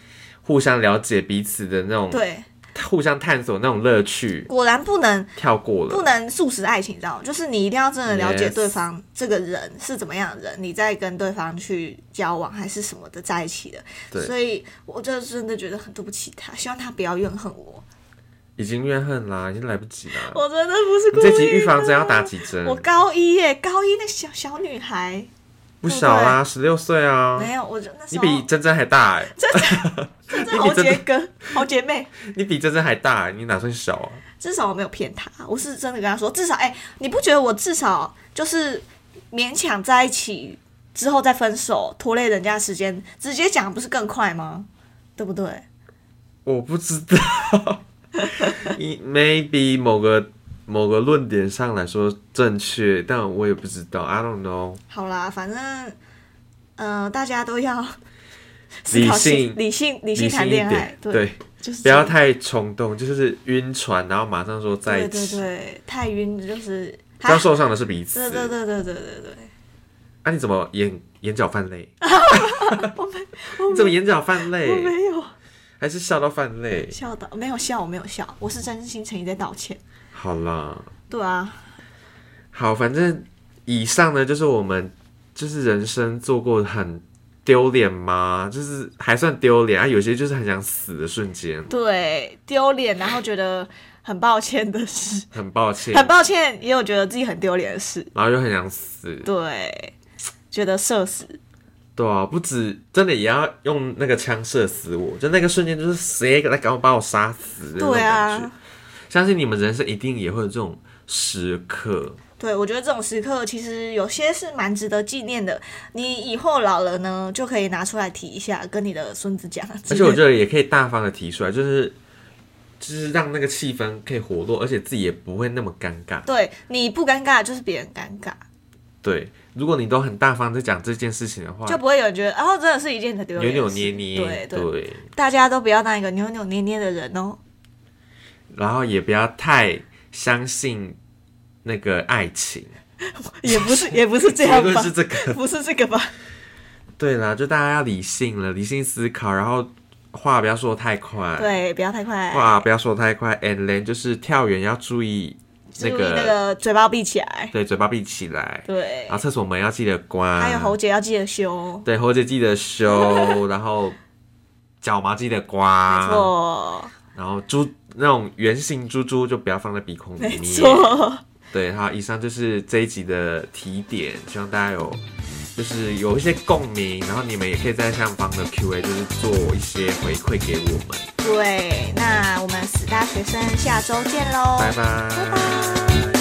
Speaker 2: 互相了解彼此的那种，
Speaker 1: 对，
Speaker 2: 互相探索那种乐趣，
Speaker 1: 果然不能
Speaker 2: 跳过了。
Speaker 1: 不能素食爱情，你知道吗？就是你一定要真的了解
Speaker 2: Yes
Speaker 1: 对方这个人是怎么样的人，你再跟对方去交往还是什么的在一起的。
Speaker 2: 对
Speaker 1: 所以我就真的觉得很对不起他，希望他不要怨恨我。
Speaker 2: 嗯已经怨恨啦，已经来不及啦。
Speaker 1: 我真的不是
Speaker 2: 你
Speaker 1: 故
Speaker 2: 这
Speaker 1: 意
Speaker 2: 集
Speaker 1: 的。
Speaker 2: 预防针要打几针？
Speaker 1: 我高一耶，高一那小小女孩，
Speaker 2: 不小啦，十六岁啊，
Speaker 1: 没有，我就那时
Speaker 2: 你
Speaker 1: 候
Speaker 2: 比珍珍还大哎、
Speaker 1: 真的
Speaker 2: 你
Speaker 1: 好
Speaker 2: 比真的
Speaker 1: 姐哥、好姐妹，
Speaker 2: 你比珍珍还大、欸，你哪算小啊？
Speaker 1: 至少我没有骗她，我是真的跟她说，至少哎、你不觉得我至少就是勉强在一起之后再分手，拖累人家时间，直接讲不是更快吗？对不对？
Speaker 2: 我不知道 (laughs) 你，maybe 某个某个论点上来说正确，但我也不知道，I don't know。
Speaker 1: 好啦，反正呃，大家都要思
Speaker 2: 理
Speaker 1: 考清
Speaker 2: 性
Speaker 1: 理性、理
Speaker 2: 理
Speaker 1: 性
Speaker 2: 性
Speaker 1: 谈
Speaker 2: 一
Speaker 1: 恋爱
Speaker 2: 点，，
Speaker 1: 对，
Speaker 2: 对，
Speaker 1: 就是
Speaker 2: 不要
Speaker 1: 这样
Speaker 2: 太冲动，就是晕船，然后马上说在
Speaker 1: 对
Speaker 2: 一
Speaker 1: 对
Speaker 2: 起，
Speaker 1: 对，太晕就是。
Speaker 2: 这样受伤的是彼此。
Speaker 1: 对对对对对对对。
Speaker 2: 啊，你怎么眼眼角泛泪？
Speaker 1: (laughs) 我没，
Speaker 2: 你怎么眼角泛
Speaker 1: 我
Speaker 2: 泪？
Speaker 1: 没有
Speaker 2: 还是笑到泛泪？
Speaker 1: 笑到，没有笑，我没有笑，我是真心诚意在道歉。
Speaker 2: 好啦，
Speaker 1: 对啊，
Speaker 2: 好，反正以上呢，就是我们就是人生做过很丢脸吗？就是还算丢脸啊，有些就是很想死的瞬间，
Speaker 1: 对，丢脸，然后觉得很抱歉的事，
Speaker 2: 很抱歉，
Speaker 1: 很抱歉，也有觉得自己很丢脸的事，
Speaker 2: 然后又很想死。
Speaker 1: 对，觉得社死，
Speaker 2: 对啊，不止真的也要用那个枪射死我，就那个瞬间就是谁来赶快把我杀死的那种
Speaker 1: 对
Speaker 2: 感觉。
Speaker 1: 啊，
Speaker 2: 相信你们人生一定也会有这种时刻。
Speaker 1: 对，我觉得这种时刻其实有些是蛮值得纪念的，你以后老了呢，就可以拿出来提一下，跟你的孙子讲。
Speaker 2: 而且我觉得也可以大方的提出来，就是就是让那个气氛可以活络，而且自己也不会那么尴尬。
Speaker 1: 对，你不尴尬就是别人尴尬，
Speaker 2: 对，如果你都很大方在讲这件事情的话，
Speaker 1: 就不会有人觉得，哦，真的是一件很丢
Speaker 2: 扭
Speaker 1: 脸的
Speaker 2: 扭
Speaker 1: 事，
Speaker 2: 捏捏，
Speaker 1: 对对大家都不要当一个扭扭捏捏的人
Speaker 2: (laughs)
Speaker 1: 哦。
Speaker 2: 然后也不要太相信那个爱情，
Speaker 1: 也不是，也不是这
Speaker 2: 结 (laughs)
Speaker 1: 样
Speaker 2: 论
Speaker 1: 吧
Speaker 2: 是？这个。
Speaker 1: 不是这个
Speaker 2: (laughs)
Speaker 1: 吧？
Speaker 2: 对啦，就大家要理性了，理性思考，然后话不要说太快，，
Speaker 1: 对，不要太快，
Speaker 2: 话不要说太快，and then 就是跳远要注意
Speaker 1: 注
Speaker 2: 那
Speaker 1: 意
Speaker 2: 个，
Speaker 1: 那个嘴巴闭起来。
Speaker 2: 对，嘴巴闭起来，
Speaker 1: 对
Speaker 2: 然，后厕所门要记得关，
Speaker 1: 还有喉结要记得修哦。
Speaker 2: 对，喉结记得修， (laughs) 然后脚毛记得刮，
Speaker 1: 没错，
Speaker 2: 然后珠那种圆形珠珠就不要放在鼻孔里
Speaker 1: 没
Speaker 2: 面。
Speaker 1: 错，
Speaker 2: 对，好，以上就是这一集的提点，希望大家有就是有一些共鸣，然后你们也可以在下方的 Q&A 就是做一些回馈给我们，
Speaker 1: 对。那我们死大学生下周见喽，
Speaker 2: 拜
Speaker 1: 拜拜。